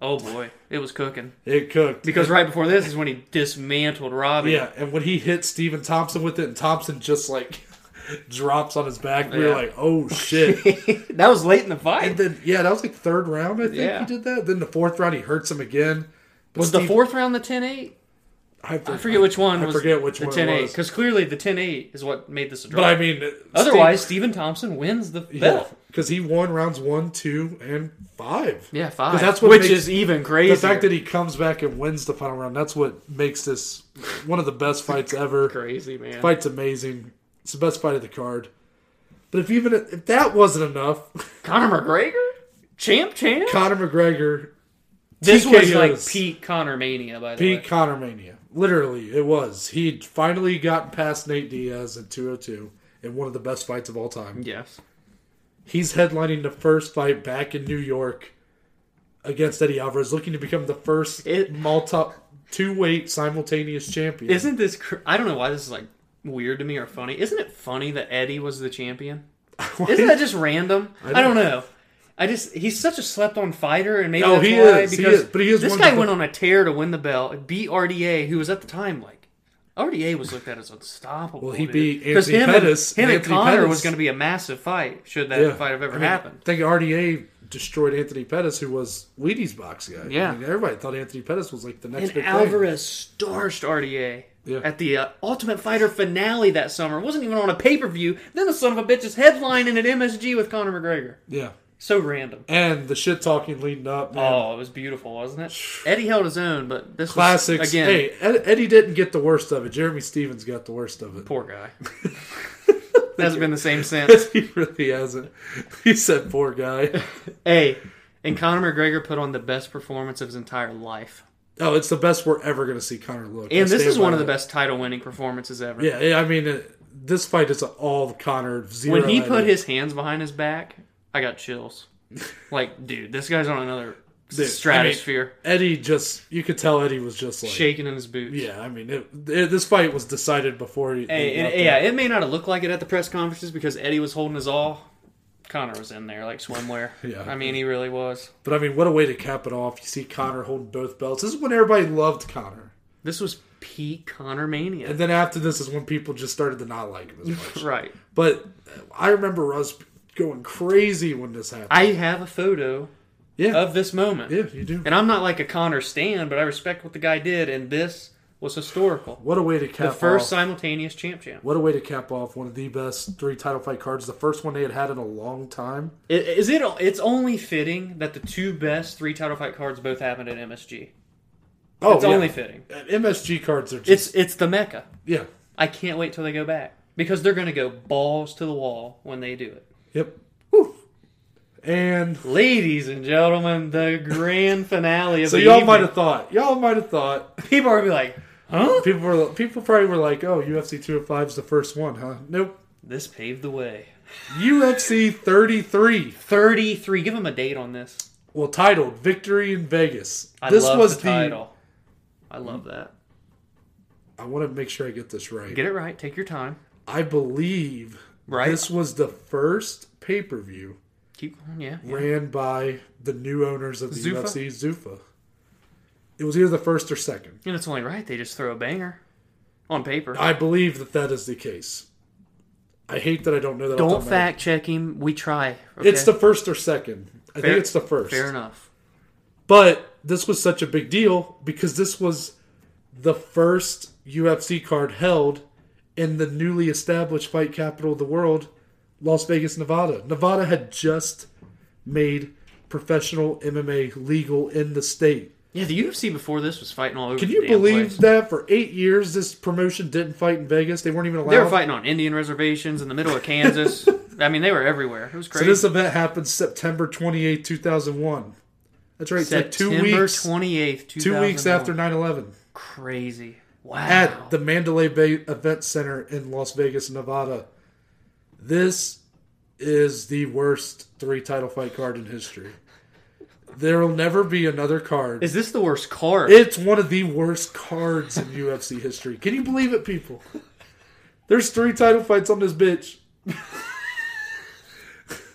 Speaker 2: Oh boy, it was cooking.
Speaker 1: it cooked
Speaker 2: Because right before this is when he dismantled Robbie.
Speaker 1: Yeah, and when he hit Steven Thompson with it, and Thompson just like drops on his back, we were
Speaker 2: Yeah.
Speaker 1: like, "Oh shit!"
Speaker 2: that was late in the
Speaker 1: and
Speaker 2: fight.
Speaker 1: then yeah, that was like third round. I think
Speaker 2: Yeah.
Speaker 1: he did that. Then the fourth round, he hurts him again. But
Speaker 2: was the
Speaker 1: Steve-
Speaker 2: fourth round the 10-8?
Speaker 1: I, for-
Speaker 2: I forget which one.
Speaker 1: I
Speaker 2: was
Speaker 1: forget which
Speaker 2: the
Speaker 1: one it
Speaker 2: 10-8
Speaker 1: was.
Speaker 2: because clearly the 10-8 is what made this a draw.
Speaker 1: But I mean,
Speaker 2: Otherwise, Stephen Thompson wins the belt.
Speaker 1: because he won rounds one, two, and five.
Speaker 2: Yeah, five.
Speaker 1: 'Cause that's what
Speaker 2: which
Speaker 1: makes-
Speaker 2: is even crazier.
Speaker 1: The fact that he comes back and wins the final round, that's what makes this one of the best fights ever.
Speaker 2: crazy man.
Speaker 1: Fight's amazing. It's the best fight of the card. But if even if that wasn't enough,
Speaker 2: Conor McGregor, champ, champ.
Speaker 1: Conor McGregor
Speaker 2: this was
Speaker 1: TKOs.
Speaker 2: like peak Conor mania by the
Speaker 1: Peak
Speaker 2: way.
Speaker 1: Conor Mania. Literally, it was. He finally got past Nate Diaz in 202 in one of the best fights of all time.
Speaker 2: Yes.
Speaker 1: He's headlining the first fight back in New York against Eddie Alvarez, looking to become the first
Speaker 2: It-
Speaker 1: multi two weight simultaneous champion.
Speaker 2: Isn't this? Cr- I don't know why this is like weird to me or funny. Isn't it funny that Eddie was the champion? Isn't that just random? I don't,
Speaker 1: don't-
Speaker 2: know. I just he's such a slept on fighter, and maybe
Speaker 1: Oh,
Speaker 2: that's
Speaker 1: he
Speaker 2: why.
Speaker 1: is, he
Speaker 2: because
Speaker 1: is, but he is
Speaker 2: this
Speaker 1: one
Speaker 2: guy
Speaker 1: of the-
Speaker 2: went on a tear to win the belt, beat RDA, who was at the time like RDA was looked at as unstoppable.
Speaker 1: Well, he
Speaker 2: dude.
Speaker 1: beat
Speaker 2: 'Cause
Speaker 1: Anthony
Speaker 2: him
Speaker 1: Pettis,
Speaker 2: And, him
Speaker 1: Anthony
Speaker 2: and Connor
Speaker 1: Pettis.
Speaker 2: was going to be a massive fight should that fight have ever
Speaker 1: I mean,
Speaker 2: happened.
Speaker 1: I think RDA destroyed Anthony Pettis, who was Wheaties box guy.
Speaker 2: Yeah.
Speaker 1: I mean, everybody thought Anthony Pettis was like the next
Speaker 2: And
Speaker 1: big
Speaker 2: Alvarez starched RDA
Speaker 1: Yeah.
Speaker 2: at the uh, Ultimate Fighter finale that summer. wasn't even on a pay per view. Then the son of a bitch is headlining at MSG with Conor McGregor.
Speaker 1: thing. Yeah.
Speaker 2: So random.
Speaker 1: And the shit talking leading up. Man.
Speaker 2: Oh, it was beautiful, wasn't it? Eddie held his own, but this
Speaker 1: Classics.
Speaker 2: was, again.
Speaker 1: Hey, Ed- Eddie didn't get the worst of it. Jeremy Stevens got the worst of it.
Speaker 2: Poor guy. That's been the same since.
Speaker 1: he really hasn't. He said, "Poor guy."
Speaker 2: Hey, and Conor McGregor put on the best performance of his entire life,
Speaker 1: Oh, it's the best we're ever going to see Connor look. I
Speaker 2: and this
Speaker 1: stand
Speaker 2: is one
Speaker 1: by
Speaker 2: of the
Speaker 1: that.
Speaker 2: best title-winning performances ever.
Speaker 1: Yeah, yeah, I mean, uh this fight is all Connor zero.
Speaker 2: when he
Speaker 1: at
Speaker 2: put
Speaker 1: it.
Speaker 2: his hands behind his back, I got chills. like, dude, this guy's on another
Speaker 1: Dude,
Speaker 2: stratosphere,
Speaker 1: Eddie just you could tell Eddie was just like,
Speaker 2: shaking in his boots.
Speaker 1: yeah. I mean, it, it- this fight was decided before. He, he
Speaker 2: Hey, and-
Speaker 1: got
Speaker 2: yeah,
Speaker 1: there.
Speaker 2: it may not have looked like it at the press conferences because Eddie was holding his all. Connor was in there like swimwear.
Speaker 1: Yeah.
Speaker 2: I mean, he really was.
Speaker 1: but I mean, what a way to cap it off. You see Connor holding both belts. This is when everybody loved Connor,
Speaker 2: This was peak Connor mania.
Speaker 1: and then after this is when people just started to not like him as much.
Speaker 2: right.
Speaker 1: But I remember us going crazy when this happened.
Speaker 2: I have a photo
Speaker 1: yeah,
Speaker 2: of this moment.
Speaker 1: yeah, you do.
Speaker 2: And I'm not like a Connor stan, but I respect what the guy did, and this was historical.
Speaker 1: What a way to
Speaker 2: The
Speaker 1: cap
Speaker 2: first
Speaker 1: off.
Speaker 2: simultaneous champ champ.
Speaker 1: What a way to cap off one of the best three title fight cards. The first one they had had in a long time.
Speaker 2: I- Is it? It's only fitting that the two best three title fight cards both happened at MSG.
Speaker 1: Oh,
Speaker 2: it's
Speaker 1: yeah.
Speaker 2: only fitting.
Speaker 1: MSG cards are just
Speaker 2: It's it's the mecca.
Speaker 1: yeah.
Speaker 2: I can't wait till they go back because they're going to go balls to the wall when they do it.
Speaker 1: Yep. Whew. And
Speaker 2: Ladies and gentlemen, the grand finale of
Speaker 1: so
Speaker 2: the
Speaker 1: y'all
Speaker 2: evening.
Speaker 1: might have thought. Y'all might have thought.
Speaker 2: people are gonna be like, huh?
Speaker 1: People were people probably were like, "Oh, UFC 205 is the first one, huh?" Nope.
Speaker 2: This paved the way.
Speaker 1: UFC 33.
Speaker 2: Thirty three. Give them a date on this.
Speaker 1: Well, titled "Victory in Vegas."
Speaker 2: I
Speaker 1: this
Speaker 2: love
Speaker 1: was
Speaker 2: the title. I love that.
Speaker 1: I want to make sure I get this right.
Speaker 2: Get it right. Take your time.
Speaker 1: I believe
Speaker 2: Right.
Speaker 1: this was the first pay per view
Speaker 2: Keep going. Yeah. yeah.
Speaker 1: ran by the new owners of the
Speaker 2: Zuffa?
Speaker 1: UFC, Zuffa. It was either the first or second.
Speaker 2: And it's only right. They just throw a banger on paper.
Speaker 1: I believe that that is the case. I hate that I don't know that. off the top
Speaker 2: Don't
Speaker 1: of my head.
Speaker 2: fact check him. We try.
Speaker 1: It's the first or second. I think it's the first.
Speaker 2: Fair enough.
Speaker 1: But this was such a big deal because this was the first UFC card held in the newly established fight capital of the world, Las Vegas, Nevada. Nevada had just made professional MMA legal in the state.
Speaker 2: Yeah, the UFC before this was fighting all over.
Speaker 1: Can
Speaker 2: the
Speaker 1: you
Speaker 2: damn
Speaker 1: believe
Speaker 2: place.
Speaker 1: that for eight years this promotion didn't fight in Vegas? They weren't even allowed.
Speaker 2: They were fighting on Indian reservations in the middle of Kansas. I mean, they were everywhere. It was
Speaker 1: So
Speaker 2: crazy.
Speaker 1: this event happened September twenty eighth, two 2001. That's right. It's like two
Speaker 2: September
Speaker 1: weeks,
Speaker 2: 28th,
Speaker 1: two weeks
Speaker 2: 2001.
Speaker 1: after 9 11.
Speaker 2: Crazy. Wow.
Speaker 1: at the Mandalay Bay Event Center in Las Vegas, Nevada. This is the worst three title fight card in history. There'll never be another card.
Speaker 2: Is this the worst card?
Speaker 1: It's one of the worst cards in UFC history. Can you believe it, people? There's three title fights on this bitch.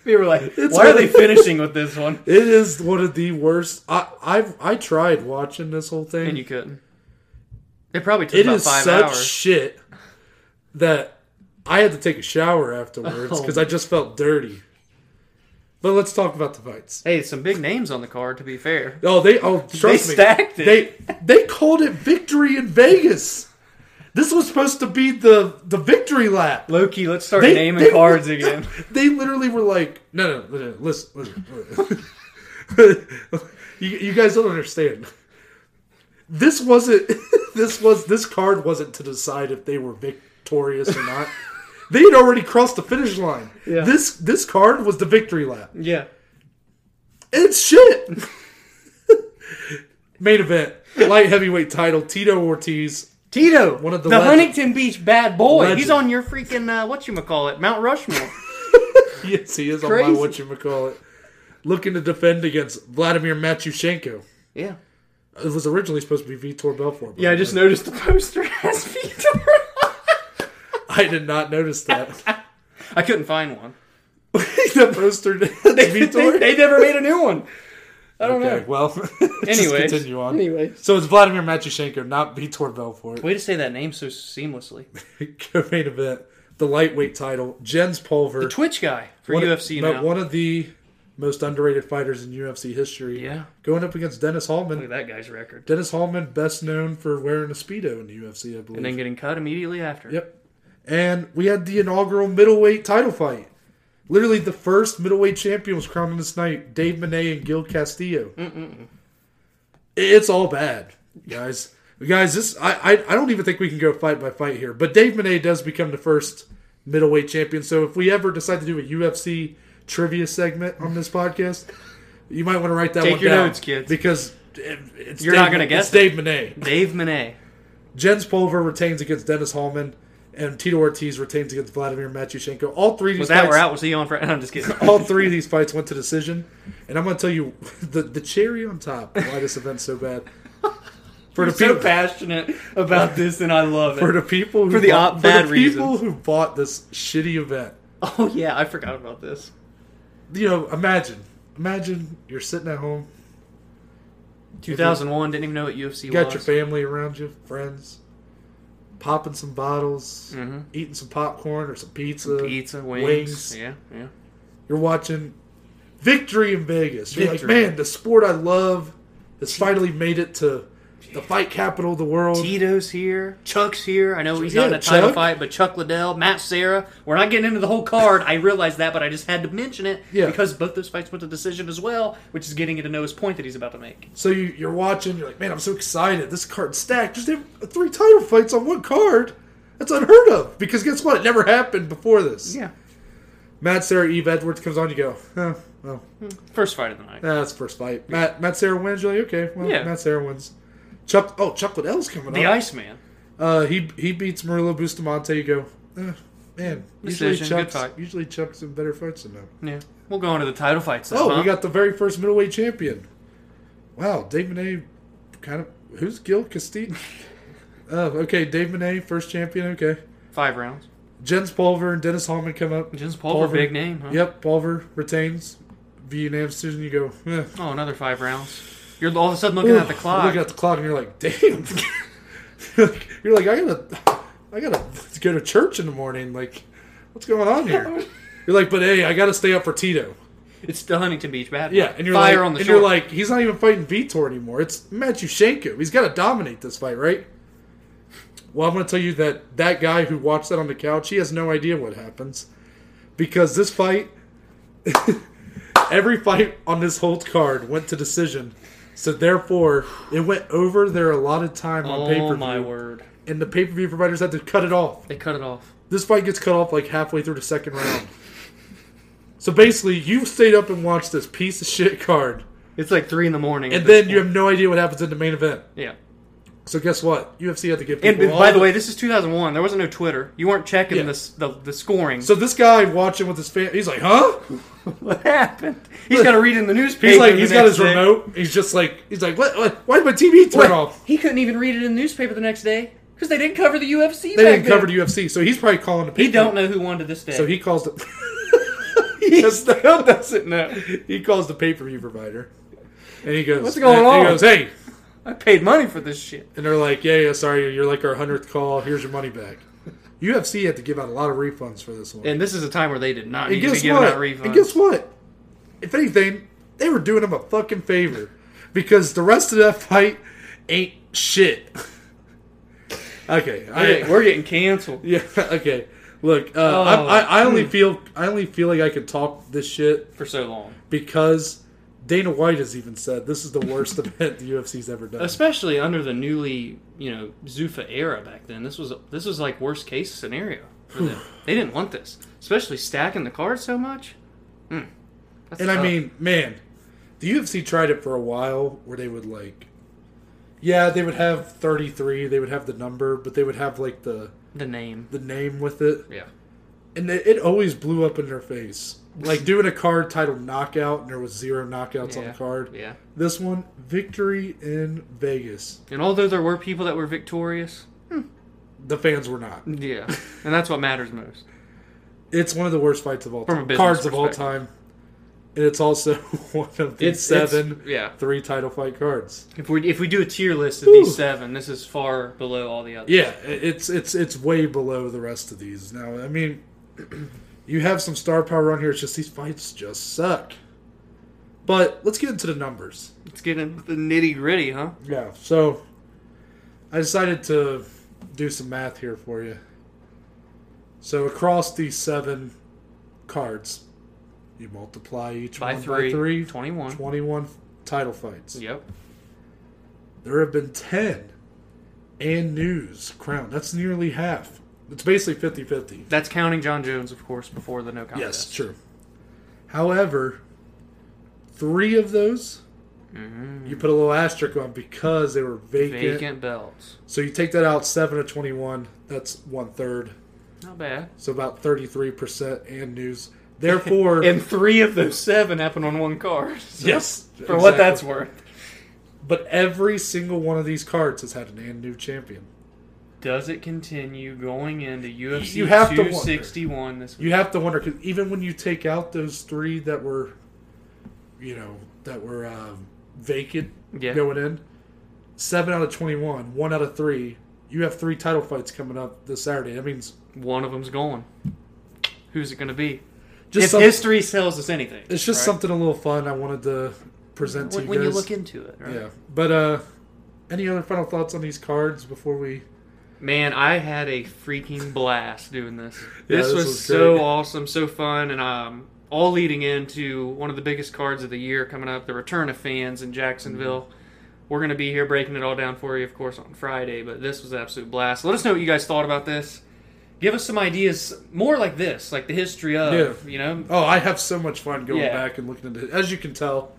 Speaker 2: we were like,
Speaker 1: why are they
Speaker 2: finishing with this one?
Speaker 1: It is one of the worst. I I've, I tried watching this whole thing.
Speaker 2: And you couldn't. It probably took
Speaker 1: it
Speaker 2: about
Speaker 1: is
Speaker 2: five
Speaker 1: such
Speaker 2: hours.
Speaker 1: shit that I had to take a shower afterwards
Speaker 2: Oh.
Speaker 1: because I just felt dirty. But let's talk about the fights.
Speaker 2: Hey, some big names on the card. To be fair,
Speaker 1: Oh, they oh trust me,
Speaker 2: stacked it.
Speaker 1: They they called it victory in Vegas. This was supposed to be the the victory lap.
Speaker 2: Loki. Let's start
Speaker 1: They-
Speaker 2: naming
Speaker 1: they-
Speaker 2: cards again.
Speaker 1: They literally were like, no, no, no, no listen, listen. listen. you, you guys don't understand. This wasn't. This was. This card wasn't to decide if they were victorious or not. they had already crossed the finish line.
Speaker 2: Yeah.
Speaker 1: This this card was the victory lap.
Speaker 2: yeah.
Speaker 1: It's shit. Main event: light heavyweight title. Tito Ortiz.
Speaker 2: Tito,
Speaker 1: One of the
Speaker 2: the
Speaker 1: legend-
Speaker 2: Huntington Beach bad boy. He's
Speaker 1: Legend.
Speaker 2: on your freaking uh, what you call it, Mount Rushmore.
Speaker 1: Yes, he is on
Speaker 2: Crazy.
Speaker 1: my what you call it. Looking to defend against Vladimir Matyushenko.
Speaker 2: yeah.
Speaker 1: It was originally supposed to be Vitor Belfort. but
Speaker 2: noticed the poster has Vitor.
Speaker 1: I did not notice that.
Speaker 2: I couldn't find one.
Speaker 1: the poster that's Vitor.
Speaker 2: never made a new one. I don't
Speaker 1: Okay, well, just
Speaker 2: Anyways.
Speaker 1: continue on.
Speaker 2: Anyways.
Speaker 1: So it's Vladimir Matyushenko, not Vitor Belfort.
Speaker 2: Way to say that name so seamlessly.
Speaker 1: Co-main event, the lightweight title, Jens Pulver.
Speaker 2: The Twitch guy for
Speaker 1: one
Speaker 2: UFC
Speaker 1: of, no,
Speaker 2: now.
Speaker 1: one of the most underrated fighters in UFC history.
Speaker 2: Yeah.
Speaker 1: Going up against Dennis Hallman.
Speaker 2: Look at that guy's record.
Speaker 1: Dennis Hallman, best known for wearing a Speedo in the UFC, I believe.
Speaker 2: And then getting cut immediately after.
Speaker 1: Yep. And we had the inaugural middleweight title fight. Literally, the first middleweight champion was crowned on this night Dave Monet and Gil Castillo. It's all bad, guys. guys, this I, I, I don't even think we can go fight by fight here. But Dave Monet does become the first middleweight champion. So if we ever decide to do a UFC trivia segment on this podcast, you might want to write that
Speaker 2: Take
Speaker 1: one
Speaker 2: your
Speaker 1: down.
Speaker 2: notes, kids.
Speaker 1: Because it- it's
Speaker 2: You're
Speaker 1: Dave-
Speaker 2: not gonna guess
Speaker 1: it's Dave Monet.
Speaker 2: Dave Monet.
Speaker 1: Jens Pulver retains against Dennis Hallman, and Tito Ortiz retains against Vladimir Matyushenko. All three of these
Speaker 2: Was that
Speaker 1: fights,
Speaker 2: where out? Was he on for? I'm just kidding.
Speaker 1: all three of these fights went to decision. And I'm going to tell you the the cherry on top why this event's so bad. For the people,
Speaker 2: passionate about this, and I love
Speaker 1: for the people who
Speaker 2: For the
Speaker 1: bought,
Speaker 2: op- bad
Speaker 1: for the people who bought this shitty event.
Speaker 2: Oh yeah, I forgot about this.
Speaker 1: You know, imagine, imagine you're sitting at home,
Speaker 2: 2001. Didn't even know what UFC
Speaker 1: you got
Speaker 2: was.
Speaker 1: your family around you, friends, popping some bottles, eating some popcorn or some pizza,
Speaker 2: Mm-hmm. Pizza, wings.
Speaker 1: wings.
Speaker 2: Yeah, yeah.
Speaker 1: You're watching Victory in Vegas. You're
Speaker 2: Victory.
Speaker 1: like, man, the sport I love has finally made it to the fight capital of the world.
Speaker 2: Tito's here. Chuck's here. I know he's not in
Speaker 1: Yeah,
Speaker 2: a title
Speaker 1: Chuck.
Speaker 2: fight, but Chuck Liddell, Matt Sarah. We're not getting into the whole card. I realize that, but I just had to mention it
Speaker 1: Yeah.
Speaker 2: because both those fights went to decision as well, which is getting into Noah's point that he's about to make.
Speaker 1: So you, you're watching. You're like, man, I'm so excited. This card stacked. Just have three title fights on one card. That's unheard of. Because guess what? It never happened before this.
Speaker 2: Yeah.
Speaker 1: Matt Sarah Eve Edwards comes on. You go, huh, well,
Speaker 2: First fight of the night.
Speaker 1: that's the first fight. Matt Matt Sarah wins. You're like, okay, well,
Speaker 2: Yeah.
Speaker 1: Matt Sarah wins. Chuck, oh, Chuck Liddell's coming
Speaker 2: The
Speaker 1: up.
Speaker 2: Iceman.
Speaker 1: Uh, he he beats Murillo Bustamante. You go, eh, man. Usually
Speaker 2: Decision, good
Speaker 1: Chuck's
Speaker 2: fight.
Speaker 1: usually Chuck's in better fights than them.
Speaker 2: Yeah. We'll go on to the title fights.
Speaker 1: Oh,
Speaker 2: Though, huh?
Speaker 1: we got the very first middleweight champion. Wow, Dave Monet, kind of who's Gil Castillo? oh, okay, Dave Monet, first champion. Okay,
Speaker 2: five rounds.
Speaker 1: Jens Pulver and Dennis Hallman come up.
Speaker 2: Jens Pulver, big name, huh?
Speaker 1: Yep, Pulver retains via unanimous decision. You go, eh.
Speaker 2: Oh, another five rounds. You're all of a sudden looking at the clock.
Speaker 1: Look at the clock, and you're like, damn. you're like, I gotta, I gotta go to church in the morning. Like, what's going on here? You're like, but hey, I got to stay up for Tito.
Speaker 2: It's the Huntington Beach Bad.
Speaker 1: Yeah, and you're
Speaker 2: fire
Speaker 1: like,
Speaker 2: on the
Speaker 1: and
Speaker 2: shore.
Speaker 1: you're like, he's not even fighting Vitor anymore. It's Matyushenko. He's got to dominate this fight, right? Well, I'm going to tell you that that guy who watched that on the couch, he has no idea what happens because this fight, every fight on this whole card went to decision. So therefore, it went over their allotted time on pay
Speaker 2: oh
Speaker 1: per
Speaker 2: my
Speaker 1: view,
Speaker 2: word!
Speaker 1: and the pay per view providers had to cut it off.
Speaker 2: They cut it off.
Speaker 1: This fight gets cut off like halfway through the second round. so basically, you've stayed up and watched this piece of shit card,
Speaker 2: It's like three in the morning. at
Speaker 1: and
Speaker 2: this
Speaker 1: then you
Speaker 2: point.
Speaker 1: have no idea what happens in the main event.
Speaker 2: yeah.
Speaker 1: So guess what? UFC had to give
Speaker 2: And
Speaker 1: people. all
Speaker 2: by the way, this is 2001. There wasn't no Twitter. You weren't checking
Speaker 1: Yeah.
Speaker 2: this, the the scoring.
Speaker 1: so this guy watching with his fan, he's like, huh?
Speaker 2: what happened? He's got to read in the newspaper.
Speaker 1: He's like,
Speaker 2: the
Speaker 1: he's got
Speaker 2: next
Speaker 1: his
Speaker 2: day.
Speaker 1: remote. He's just like, he's like, what? what why did my TV turn
Speaker 2: What?
Speaker 1: off?
Speaker 2: He couldn't even read it in the newspaper the next day because they didn't cover the
Speaker 1: They
Speaker 2: UFC. back
Speaker 1: didn't
Speaker 2: then.
Speaker 1: cover the UFC, so he's probably calling the people.
Speaker 2: He don't know who won to this day.
Speaker 1: So he calls the. he just
Speaker 2: still doesn't know.
Speaker 1: he calls the pay per view provider, and he goes,
Speaker 2: What's going
Speaker 1: and
Speaker 2: on?
Speaker 1: He goes, hey,
Speaker 2: I paid money for this shit.
Speaker 1: And they're like, yeah, yeah, sorry, you're like our 100th call. Here's your money back. UFC had to give out a lot of refunds for this one.
Speaker 2: And this is a time where they did not
Speaker 1: And
Speaker 2: need to be
Speaker 1: guess
Speaker 2: giving
Speaker 1: what?
Speaker 2: out refunds.
Speaker 1: And guess what? If anything, they were doing him a fucking favor because the rest of that fight ain't shit. okay.
Speaker 2: Hey,
Speaker 1: I,
Speaker 2: we're getting canceled.
Speaker 1: yeah, okay. Look, uh, I,
Speaker 2: Oh.
Speaker 1: I, I only feel I only feel like I can talk this shit
Speaker 2: for so long.
Speaker 1: because Dana White has even said this is the worst event the UFC's ever done.
Speaker 2: Especially under the newly, you know, Zuffa era back then. This was this was like worst case scenario for them. they didn't want this, especially stacking the cards so much. Hmm. That's
Speaker 1: And I
Speaker 2: tough.
Speaker 1: mean, man, the UFC tried it for a while where they would like yeah, they would have 33, they would have the number, but they would have like the
Speaker 2: the name.
Speaker 1: the name with it.
Speaker 2: Yeah,
Speaker 1: And it, it always blew up in their face. Like doing a card titled knockout and there was zero knockouts on
Speaker 2: Yeah.
Speaker 1: the card.
Speaker 2: yeah.
Speaker 1: This one, victory in Vegas.
Speaker 2: And although there were people that were victorious,
Speaker 1: The fans were not.
Speaker 2: yeah, and that's what matters most.
Speaker 1: It's one of the worst fights of all
Speaker 2: From a
Speaker 1: time.
Speaker 2: business
Speaker 1: Cards of all
Speaker 2: perspective.
Speaker 1: time. And it's also one of the
Speaker 2: It's- it's-
Speaker 1: seven
Speaker 2: yeah.
Speaker 1: three title fight cards.
Speaker 2: If we if we do a tier list of
Speaker 1: Whew.
Speaker 2: these seven, this is far below all the others.
Speaker 1: Yeah, i- it's it's it's way below the rest of these. Now, I mean, you have some star power on here. It's just these fights just suck. But let's get into the numbers.
Speaker 2: Let's get into the nitty gritty, huh?
Speaker 1: Yeah. So, I decided to do some math here for you. So across these seven cards, you multiply each
Speaker 2: By
Speaker 1: one
Speaker 2: three,
Speaker 1: by three,
Speaker 2: 21.
Speaker 1: 21 title fights.
Speaker 2: Yep.
Speaker 1: There have been 10 and news crowned. That's nearly half. It's basically 50 50.
Speaker 2: That's counting John Jones, of course, before the no contest.
Speaker 1: Yes, true. However, three of those you put a little asterisk on because they were vacant.
Speaker 2: Mm-hmm. Vacant belts.
Speaker 1: So you take that out, 7 of 21. That's one third.
Speaker 2: Not bad.
Speaker 1: So about 33% and news. Therefore,
Speaker 2: And three of those seven happened on one card. So,
Speaker 1: yes.
Speaker 2: For what
Speaker 1: exactly.
Speaker 2: that's worth.
Speaker 1: But every single one of these cards has had an and new champion.
Speaker 2: Does it continue going into UFC
Speaker 1: You have to wonder.
Speaker 2: 261 this week?
Speaker 1: you have to wonder because even when you take out those three that were, you know, that were um, vacant
Speaker 2: Yeah.
Speaker 1: going in, seven out of twenty-one, one out of three. You have three title fights coming up this Saturday. That means
Speaker 2: One of them's going. Who's it going to be?
Speaker 1: just
Speaker 2: if
Speaker 1: some-
Speaker 2: history sells us anything.
Speaker 1: it's just
Speaker 2: right?
Speaker 1: something a little fun I wanted to present to
Speaker 2: When,
Speaker 1: you
Speaker 2: when
Speaker 1: guys.
Speaker 2: you look into it, right?
Speaker 1: yeah, but uh, any other final thoughts on these cards before we?
Speaker 2: Man, I had a freaking blast doing this.
Speaker 1: Yeah,
Speaker 2: This,
Speaker 1: this
Speaker 2: was,
Speaker 1: was
Speaker 2: so
Speaker 1: great.
Speaker 2: awesome, so fun, and um, all leading into one of the biggest cards of the year coming up, the return of fans in Jacksonville.
Speaker 1: Mm-hmm.
Speaker 2: We're going to be here breaking it all down for you, of course, on Friday, but this was an absolute blast. Let us know what you guys thought about this. Give us some ideas, more like this, like the history of,
Speaker 1: Yeah.
Speaker 2: you know.
Speaker 1: Oh, I have so much fun going
Speaker 2: Yeah.
Speaker 1: back and looking at it. As you can tell,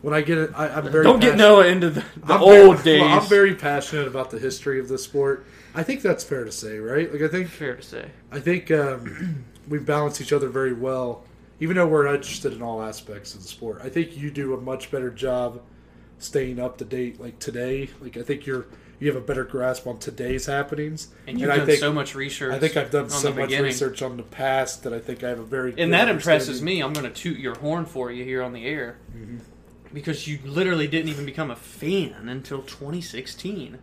Speaker 1: when I get it, I, I'm very
Speaker 2: Don't get
Speaker 1: passionate.
Speaker 2: Noah into the, the
Speaker 1: I'm
Speaker 2: old
Speaker 1: very,
Speaker 2: days.
Speaker 1: well, I'm very passionate about the history of this sport. I think that's fair to say, right? Like I think
Speaker 2: Fair to say.
Speaker 1: I think um, we balance each other very well, even though we're interested in all aspects of the sport. I think you do a much better job staying up to date, like today. Like I think you're you have a better grasp on today's happenings,
Speaker 2: And you've
Speaker 1: I
Speaker 2: done
Speaker 1: think
Speaker 2: so much research.
Speaker 1: I think I've done
Speaker 2: on
Speaker 1: so
Speaker 2: the
Speaker 1: much
Speaker 2: beginning.
Speaker 1: research on the past that I think I have a very good
Speaker 2: And that impresses
Speaker 1: understanding.
Speaker 2: me. I'm going to toot your horn for you here on the air.
Speaker 1: Mm-hmm.
Speaker 2: Because you literally didn't even become a fan until 2016.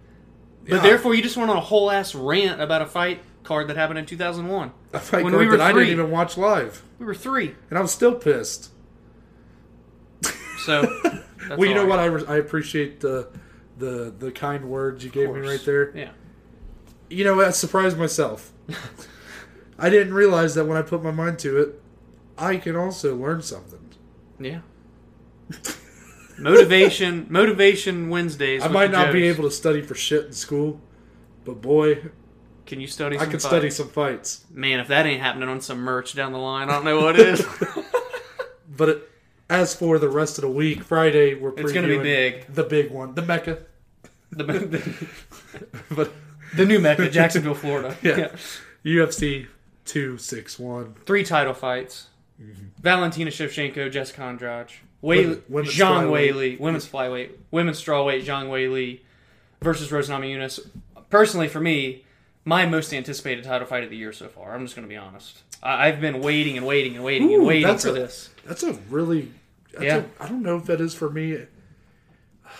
Speaker 2: But
Speaker 1: Yeah.
Speaker 2: therefore, you just went on a whole ass rant about a fight card that happened in 2001.
Speaker 1: A fight
Speaker 2: When
Speaker 1: card
Speaker 2: we were
Speaker 1: that "Oh, I didn't
Speaker 2: three.
Speaker 1: even watch live,
Speaker 2: We were three.
Speaker 1: and I'm still pissed.
Speaker 2: So, that's
Speaker 1: well, you know
Speaker 2: all I
Speaker 1: what?
Speaker 2: got.
Speaker 1: I, re- I appreciate the the the kind words you
Speaker 2: Of
Speaker 1: gave me
Speaker 2: course.
Speaker 1: right there.
Speaker 2: Yeah.
Speaker 1: You know, what? I surprised myself. I didn't realize that when I put my mind to it, I can also learn something.
Speaker 2: Yeah. motivation motivation Wednesdays.
Speaker 1: I
Speaker 2: with
Speaker 1: might
Speaker 2: the
Speaker 1: not be
Speaker 2: Joes.
Speaker 1: able to study for shit in school, but boy,
Speaker 2: Can you study
Speaker 1: I
Speaker 2: some
Speaker 1: can study
Speaker 2: fights?
Speaker 1: some fights.
Speaker 2: Man, if that ain't happening on some merch down the line, I don't know what is.
Speaker 1: But it, as for the rest of the week, Friday we're
Speaker 2: It's gonna be
Speaker 1: previewing
Speaker 2: big.
Speaker 1: the big one, the Mecca.
Speaker 2: the, the,
Speaker 1: But
Speaker 2: the new mecca, Jacksonville, Florida.
Speaker 1: Yeah. UFC two six one.
Speaker 2: Three title fights. Valentina Shevchenko, Jessica Andrade, Wei,
Speaker 1: Mm-hmm. Women- women's
Speaker 2: Zhang
Speaker 1: flyweight.
Speaker 2: Wei Li, women's flyweight, women's strawweight, Zhang Wei Li versus Rose Namajunas. Personally, for me, my most anticipated title fight of the year so far. I'm just going to be honest. I, I've been waiting and waiting and waiting
Speaker 1: Ooh,
Speaker 2: and waiting
Speaker 1: that's
Speaker 2: for
Speaker 1: a-
Speaker 2: this.
Speaker 1: That's a really. That's
Speaker 2: Yeah.
Speaker 1: A, I don't know if that is for me.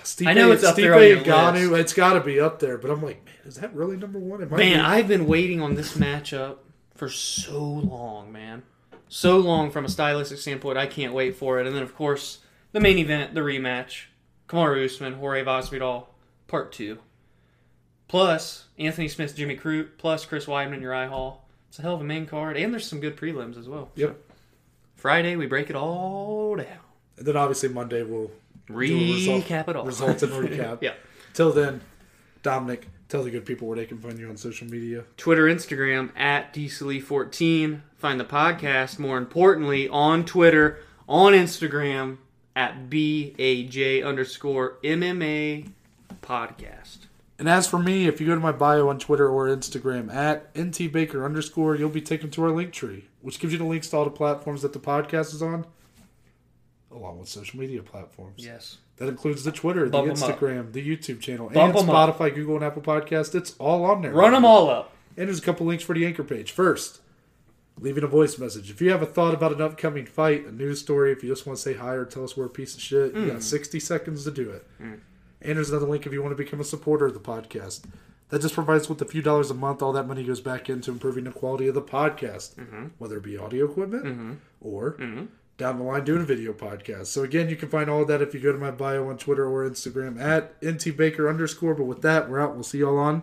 Speaker 1: Stipe,
Speaker 2: I know it's up there on your
Speaker 1: Ngannou, It's got to be up there, but I'm like, man, is that really number one? It might
Speaker 2: Man,
Speaker 1: be.
Speaker 2: I've been waiting on this matchup for so long, man. So long from a stylistic standpoint. I can't wait for it. And then, of course, the main event, the rematch. Kamaru Usman, Jorge Masvidal, Part 2. Plus, Anthony Smith, Jimmy Crute, plus Chris Weidman, Uriah Hall. It's a hell of a main card. And there's some good prelims as well.
Speaker 1: Yep.
Speaker 2: Friday, we break it all down.
Speaker 1: And then obviously Monday will result-
Speaker 2: Recap it all.
Speaker 1: results and recap.
Speaker 2: yeah.
Speaker 1: Till then, Dominic, tell the good people where they can find you on social media.
Speaker 2: Twitter, Instagram at DCLE14. Find the podcast, more importantly, on Twitter, on Instagram at BAJ underscore MMA podcast.
Speaker 1: And as for me, if you go to my bio on Twitter or Instagram at ntbaker underscore, you'll be taken to our link tree, which gives you the links to all the platforms that the podcast is on, along with social media platforms.
Speaker 2: Yes.
Speaker 1: That includes the Twitter,
Speaker 2: Bump
Speaker 1: the
Speaker 2: 'em up.
Speaker 1: Instagram, the YouTube channel,
Speaker 2: Bump
Speaker 1: and
Speaker 2: 'em up.
Speaker 1: Spotify, Google, and Apple Podcasts. It's all on there.
Speaker 2: Run them all up.
Speaker 1: And there's a couple links for the anchor page. First, leaving a voice message. If you have a thought about an upcoming fight, a news story, if you just want to say hi or tell us we're a piece of shit, you got 60 seconds to do it. And there's another link if you want to become a supporter of the podcast. That just provides with a few dollars a month. All that money goes back into improving the quality of the podcast, whether it be audio equipment or down the line doing a video podcast. So again, you can find all of that if you go to my bio on Twitter or Instagram at ntbaker underscore. But with that, we're out. We'll see y'all on